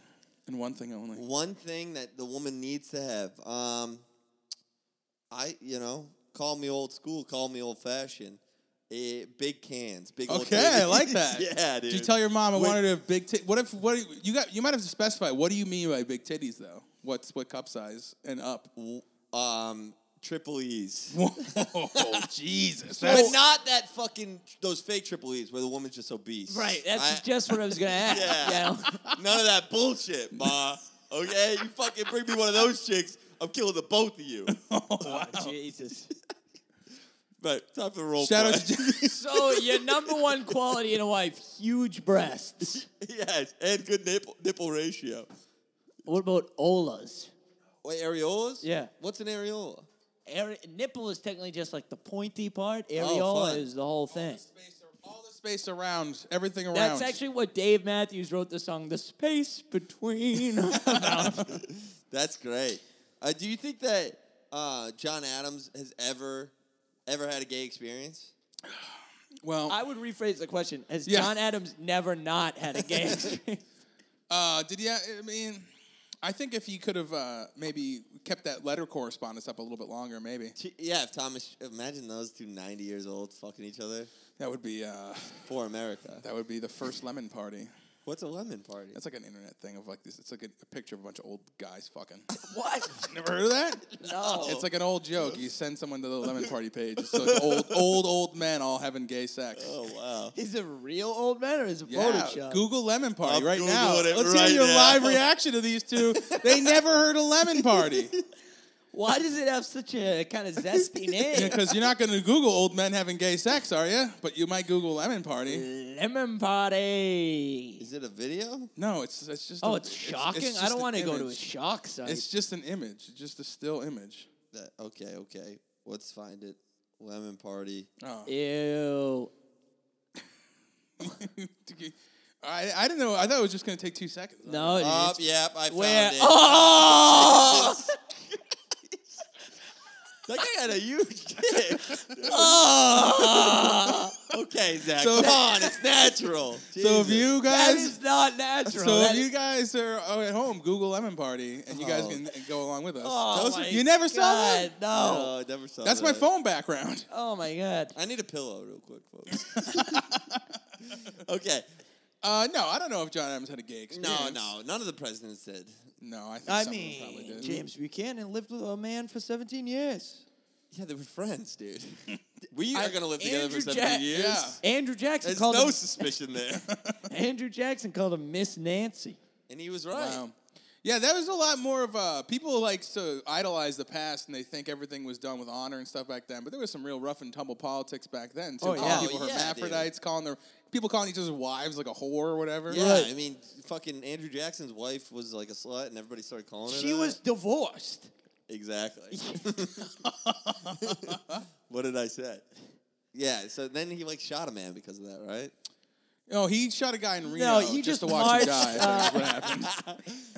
S3: and one thing only.
S1: One thing that the woman needs to have. Um, I, you know, call me old school, call me old fashioned. Eh, big cans, big. old
S3: Okay, I like
S1: titties.
S3: that.
S1: yeah, dude.
S3: Did you tell your mom I
S1: Wait.
S3: wanted to have big titties? What if what do you- you got? You might have to specify. What do you mean by big titties, though? What's what cup size and up?
S1: um triple E's.
S3: Whoa, Jesus!
S1: But
S3: That's,
S1: not that fucking those fake triple E's where the woman's just obese.
S2: Right, that's
S1: I-
S2: just what I was gonna ask.
S1: Yeah.
S2: you know?
S1: None of that bullshit, ma. Okay, you fucking bring me one of those chicks, I'm killing the both of you.
S2: Oh, Jesus.
S1: But time for the role
S3: shout out
S1: play.
S3: to Jack.
S2: So your number one quality in a wife: huge breasts.
S1: yes, and good nipple nipple ratio.
S2: What about olas?
S1: Wait, areolas?
S2: Yeah.
S1: What's an areola?
S2: Ari- nipple is technically just like the pointy part.
S1: Oh,
S2: Areola
S1: fun.
S2: is the whole thing.
S3: all the space around, everything around.
S2: That's actually what Dave Matthews wrote the song "The Space Between." about.
S1: That's great. Uh, do you think that uh, John Adams has ever ever had a gay experience?
S3: well.
S2: I would rephrase the question: Has
S3: Yeah.
S2: John Adams never not had a gay experience?
S3: Uh, did you? I mean, I think if you could have uh, maybe kept that letter correspondence up a little bit longer, maybe
S1: T- yeah, if Thomas, imagine those two 90 years old fucking each other
S3: that would be uh,
S1: for America.
S3: that would be the first lemon party.
S1: What's a lemon party?
S3: That's like an internet thing of like this. It's like a, a picture of a bunch of old guys fucking.
S2: what?
S3: Never heard of that?
S2: No.
S3: It's like an old joke. You send someone to the lemon party page. It's like old, old, old men all having gay sex.
S1: oh wow.
S2: Is it real old man or is it
S3: Yeah,
S2: Photoshop?
S3: Google lemon party
S1: I'm
S3: right now.
S1: Googling it
S3: Let's
S1: right
S3: hear your
S1: now.
S3: live reaction to these two. They never heard of lemon party.
S2: Why does it have such a kind of zesty name?
S3: Because you're not going to Google old men having gay sex, are you? But you might Google lemon party.
S2: Mm. Lemon party.
S1: Is it a video?
S3: No, it's it's just.
S2: Oh,
S3: a-
S2: it's shocking. I
S3: just
S2: don't
S3: an
S2: want to go to a
S3: image.
S2: shock site.
S3: It's just an image, It's just a still image.
S1: That, okay, okay. Let's find it. Lemon party.
S3: Oh.
S2: Ew.
S3: I, I didn't know. I thought it was just going to take two seconds.
S2: No, dude.
S1: Oh, yep, I
S2: Where?
S1: found it.
S2: Oh!
S1: That guy had a huge dick.
S2: oh!
S1: okay, Zach.
S3: So-
S1: come on, it's natural.
S3: So if you
S2: That
S3: guys,
S2: is not natural.
S3: so
S2: That
S3: if you
S2: is-
S3: guys are uh, at home, Google lemon party, and you guys
S1: Oh.
S3: can go along with us.
S2: oh
S1: Those-
S2: my
S3: you never
S2: god,
S3: saw that?
S2: No.
S1: No, I never saw
S3: That's my
S1: that.
S3: phone background.
S2: Oh my god.
S1: I need a pillow real quick, folks. okay.
S3: Uh, no, I don't know if John Adams had a gay
S1: No,
S3: experience.
S1: no, none of the presidents did.
S3: no. I think
S2: I
S3: someone probably
S2: mean,
S3: did.
S2: James Buchanan lived with a man for 17 years.
S1: Yeah, they were friends, dude. We
S2: I-
S1: are gonna live together
S2: Andrew
S1: for 17
S2: Jack-
S1: years.
S3: Yeah.
S2: Andrew Jackson
S1: There's
S2: called
S1: no
S2: him,
S1: suspicion there.
S2: Andrew Jackson called him Miss Nancy.
S1: and he was right.
S3: Wow. Um, Yeah, that was a lot more of uh, people like so idolize the past and they think everything was done with honor and stuff back then. But there was some real rough and tumble politics back then too.
S2: Oh,
S3: Calling
S2: yeah.
S3: people
S1: Oh, yeah,
S3: hermaphrodites, calling their people calling each other's wives like a whore or whatever.
S1: Yeah,
S2: Right.
S1: I mean, fucking Andrew Jackson's wife was like a slut, and everybody started calling her.
S2: She
S1: that.
S2: was divorced.
S1: exactly. what did I say? Yeah, so then he like shot a man because of that, right?
S3: No, he shot a guy in Reno
S2: he
S3: just,
S2: just
S3: to watch him die.
S2: marched, uh,
S3: That's what happened.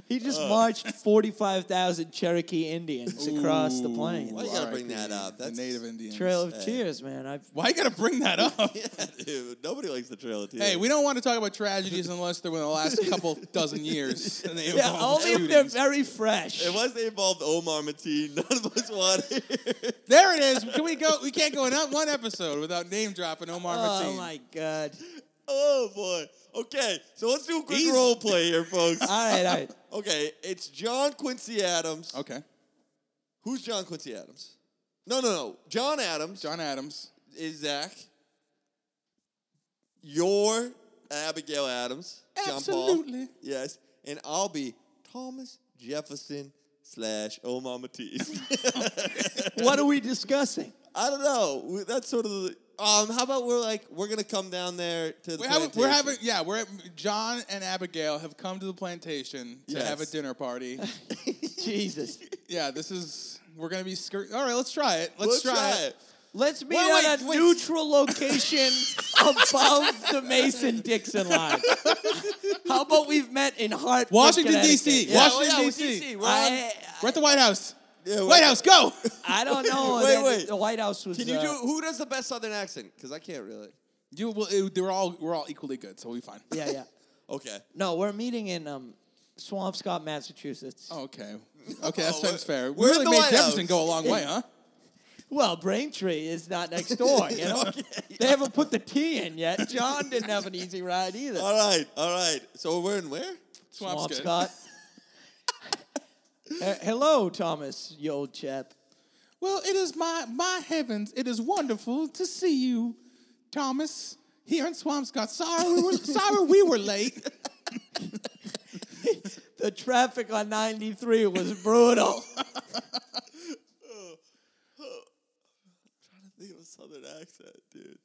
S2: He
S1: Oh.
S2: just marched 45,000 Cherokee Indians across the
S3: Ooh,
S2: plains.
S1: Why you gotta bring
S3: RIP,
S1: that up?
S3: the
S1: That's-
S3: Native Indians.
S2: Trail of Tears, man. I've,
S3: Why you gotta bring that up?
S1: Yeah, dude. Nobody likes the Trail of Tears.
S3: Hey, we don't want to talk about tragedies unless they're within the last couple dozen years. and they
S2: yeah,
S3: involve
S2: only if they're
S3: shootings.
S2: very fresh.
S1: It was they involved Omar Mateen. None of us wanted. it.
S3: There it is. Can we go? We can't go in one episode without name dropping Omar
S2: oh,
S3: Mateen.
S2: my God.
S1: oh boy. Okay, so let's do a quick
S3: He's-
S1: role play here, folks.
S2: All right, all right.
S1: okay, it's John Quincy Adams.
S3: Okay,
S1: Who's John Quincy Adams? No, no, no. John Adams
S3: John Adams.
S1: is Zach. You're Abigail Adams. John Paul.
S3: Absolutely.
S1: Yes, and I'll be Thomas Jefferson slash Omar Matisse.
S2: What are we discussing?
S1: I don't know. We- That's sort of the. Um, how about we're like we're gonna come down there to the.
S3: We're having, we're
S1: plantation.
S3: having, yeah, we're at, John and Abigail have come to the plantation to
S1: Yes.
S3: have a dinner party.
S2: Jesus.
S3: yeah, this is we're gonna be skirt. All right, let's try it.
S1: Let's
S3: Let's,
S1: try it.
S2: Let's meet
S3: Wait,
S2: at a
S3: wait, wait.
S2: neutral location above the Mason Dixon line. How about we've met in Hartford,
S3: Washington,
S2: Connecticut?
S3: D.C..
S2: Yeah.
S3: Washington,
S1: yeah, we're
S3: D.C.
S1: DC. We're
S2: I,
S3: We're at the White House.
S1: on- yeah, we're-
S3: White House, go.
S2: I don't know.
S1: Wait,
S2: That-
S1: wait.
S2: The White House was.
S1: Can you
S2: uh,
S1: do who does the best Southern accent? Because I can't really.
S3: you, well, it, they're all we're all equally good, so we'll be fine.
S2: Yeah, yeah.
S1: Okay.
S2: No, we're meeting in um, Swampscott, Massachusetts.
S3: Okay. Okay, that
S1: Oh,
S3: sounds fair. We
S1: we're at
S3: really
S1: the
S3: made
S1: White
S3: Jefferson
S1: House.
S3: go a long way, huh?
S2: Well, Braintree is not next door. You know, they haven't put the T in yet. John didn't have an easy ride either.
S1: All right. All right. So we're in where?
S3: Swamp's good.
S2: Swampscott. Uh, hello, Thomas, you old chap.
S3: Well, it is my my heavens. It is wonderful to see you, Thomas, here in Swampscott. Sorry, we were, sorry we were late.
S2: The traffic on 93 was brutal.
S1: I think it was Southern accent, dude.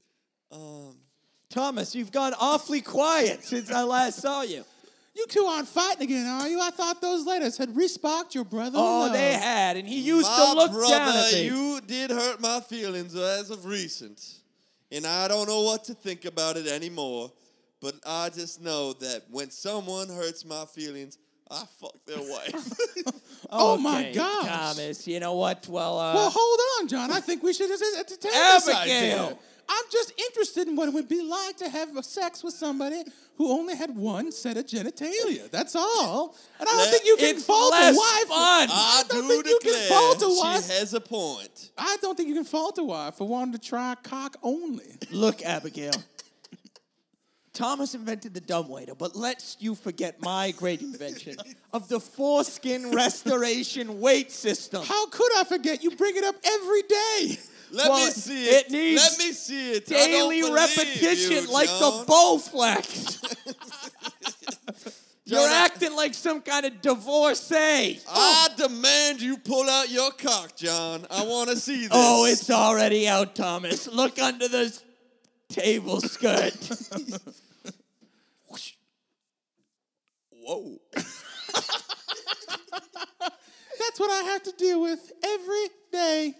S2: Thomas, you've gone awfully quiet since I last saw you.
S3: You two aren't fighting again, are you? I thought those letters had resparked your brother.
S2: Oh, they had, and he used
S1: my
S2: to look
S1: brother,
S2: down at me.
S1: you did hurt my feelings as of recent, and I don't know what to think about it anymore. But I just know that when someone hurts my feelings, I fuck their wife.
S3: Oh my
S2: Okay,
S3: gosh.
S2: Thomas, you know what? Well, uh,
S3: Well, hold on, John. I think we should entertain this idea.
S2: Abigail.
S3: I'm just interested in what it would be like to have sex with somebody who only had one set of genitalia. That's all. And I don't
S1: Let-
S3: think you can
S2: it's
S3: fault a
S2: less
S3: wife.
S2: fun.
S1: I, do
S3: don't think you can
S1: declare
S3: fault a wife.
S1: she has a point.
S3: I don't think you can fault a wife for wanting to try cock only.
S2: Look, Abigail. Thomas invented the dumbwaiter, but lest you forget my great invention of the foreskin restoration weight system.
S3: How could I forget? You bring it up every day.
S1: Let
S2: Well,
S1: me see it.
S2: it needs
S1: Let me see it. I don't
S2: Daily
S1: believe
S2: repetition,
S1: you,
S2: like the
S1: John.
S2: Bowflex. You're
S1: John, I- Uh,
S2: acting like some kind of divorcee.
S1: I demand you pull out your cock, John. I want to see this.
S2: Oh, it's already out, Thomas. Look under the s- table skirt.
S1: whoa.
S3: That's what I have to deal with every day.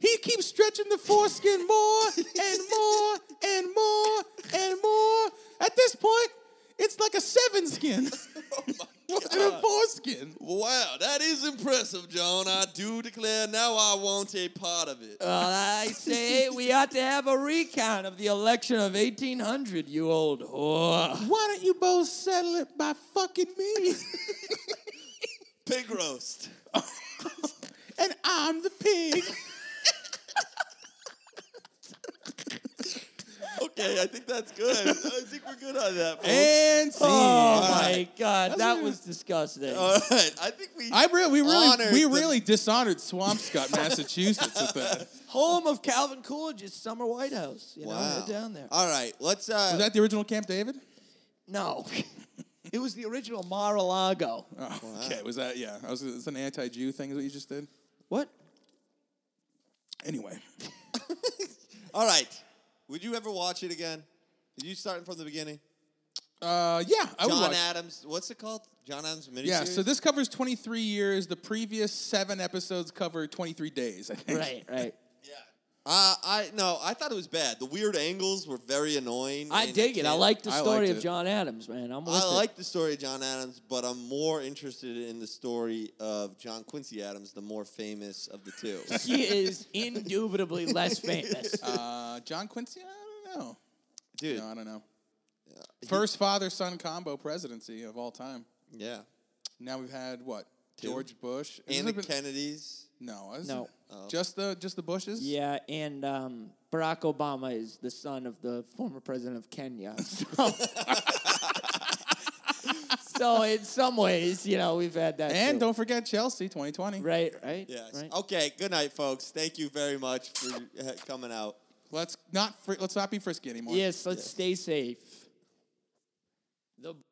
S3: He keeps stretching the foreskin more and more and more and more. At this point, it's like a seven skin. and a foreskin.
S1: Wow, that is impressive, John. I do declare now I want a part of it.
S3: Uh,
S2: Well, I say we ought to have a recount of the election of 1800, you old whore.
S3: Why don't you both settle it by fucking me?
S1: Pig roast.
S3: and I'm the pig.
S1: Okay, I think that's good. I think we're good on that. folks.
S3: And see.
S2: Oh my
S1: right.
S2: God, that
S3: a-
S2: was disgusting.
S1: All right, I think we.
S3: I re- we really
S1: Honored
S3: we
S1: the-
S3: really dishonored Swampscott, Massachusetts at that.
S2: Home of Calvin Coolidge's summer White House. You know,
S1: wow.
S2: right down there.
S1: All right, let's. Uh,
S3: Was that the original Camp David?
S2: No, it was the original Mar-a-Lago.
S3: Oh, okay. Was that yeah? I was, it's an anti-Jew thing. Is what you just did?
S2: What?
S3: Anyway,
S1: all right. Would you ever watch it again? Did you starting from the beginning?
S3: uh, yeah, I would
S1: John
S3: watch-
S1: Adams. What's it called? John Adams miniseries.
S3: Yeah, so this covers 23 years. The previous seven episodes cover 23 days. I think.
S2: Right, right.
S1: Yeah. Uh, I no, I thought it was bad. The weird angles were very annoying.
S2: I
S1: and
S2: dig it. I
S1: can't-
S2: like the
S3: I
S2: story
S3: liked
S2: of
S3: it.
S2: John Adams, man. I'm with
S1: I
S2: it.
S1: like the story of John Adams, but I'm more interested in the story of John Quincy Adams, the more famous of the two.
S2: He is indubitably less famous.
S3: Uh, John Quincy? I don't know.
S1: Dude,
S3: No, I don't know. First father son combo presidency of all time.
S1: yeah.
S3: Now we've had what?
S1: Two.
S3: George Bush.
S1: And
S3: Hasn't
S1: the
S3: it been-
S1: Kennedys.
S3: no, isn't
S2: No.
S3: it?
S1: Oh.
S3: Just the just the Bushes.
S2: Yeah, and um, Barack Obama is the son of the former president of Kenya. So, so in some ways, you know, we've had that.
S3: And
S2: too.
S3: don't forget Chelsea 2020.
S2: right, right,
S1: Yes.
S2: right.
S1: Okay, good night, folks. Thank you very much for uh, coming out.
S3: Let's not fr- let's not be frisky anymore.
S2: Yes, let's stay safe. The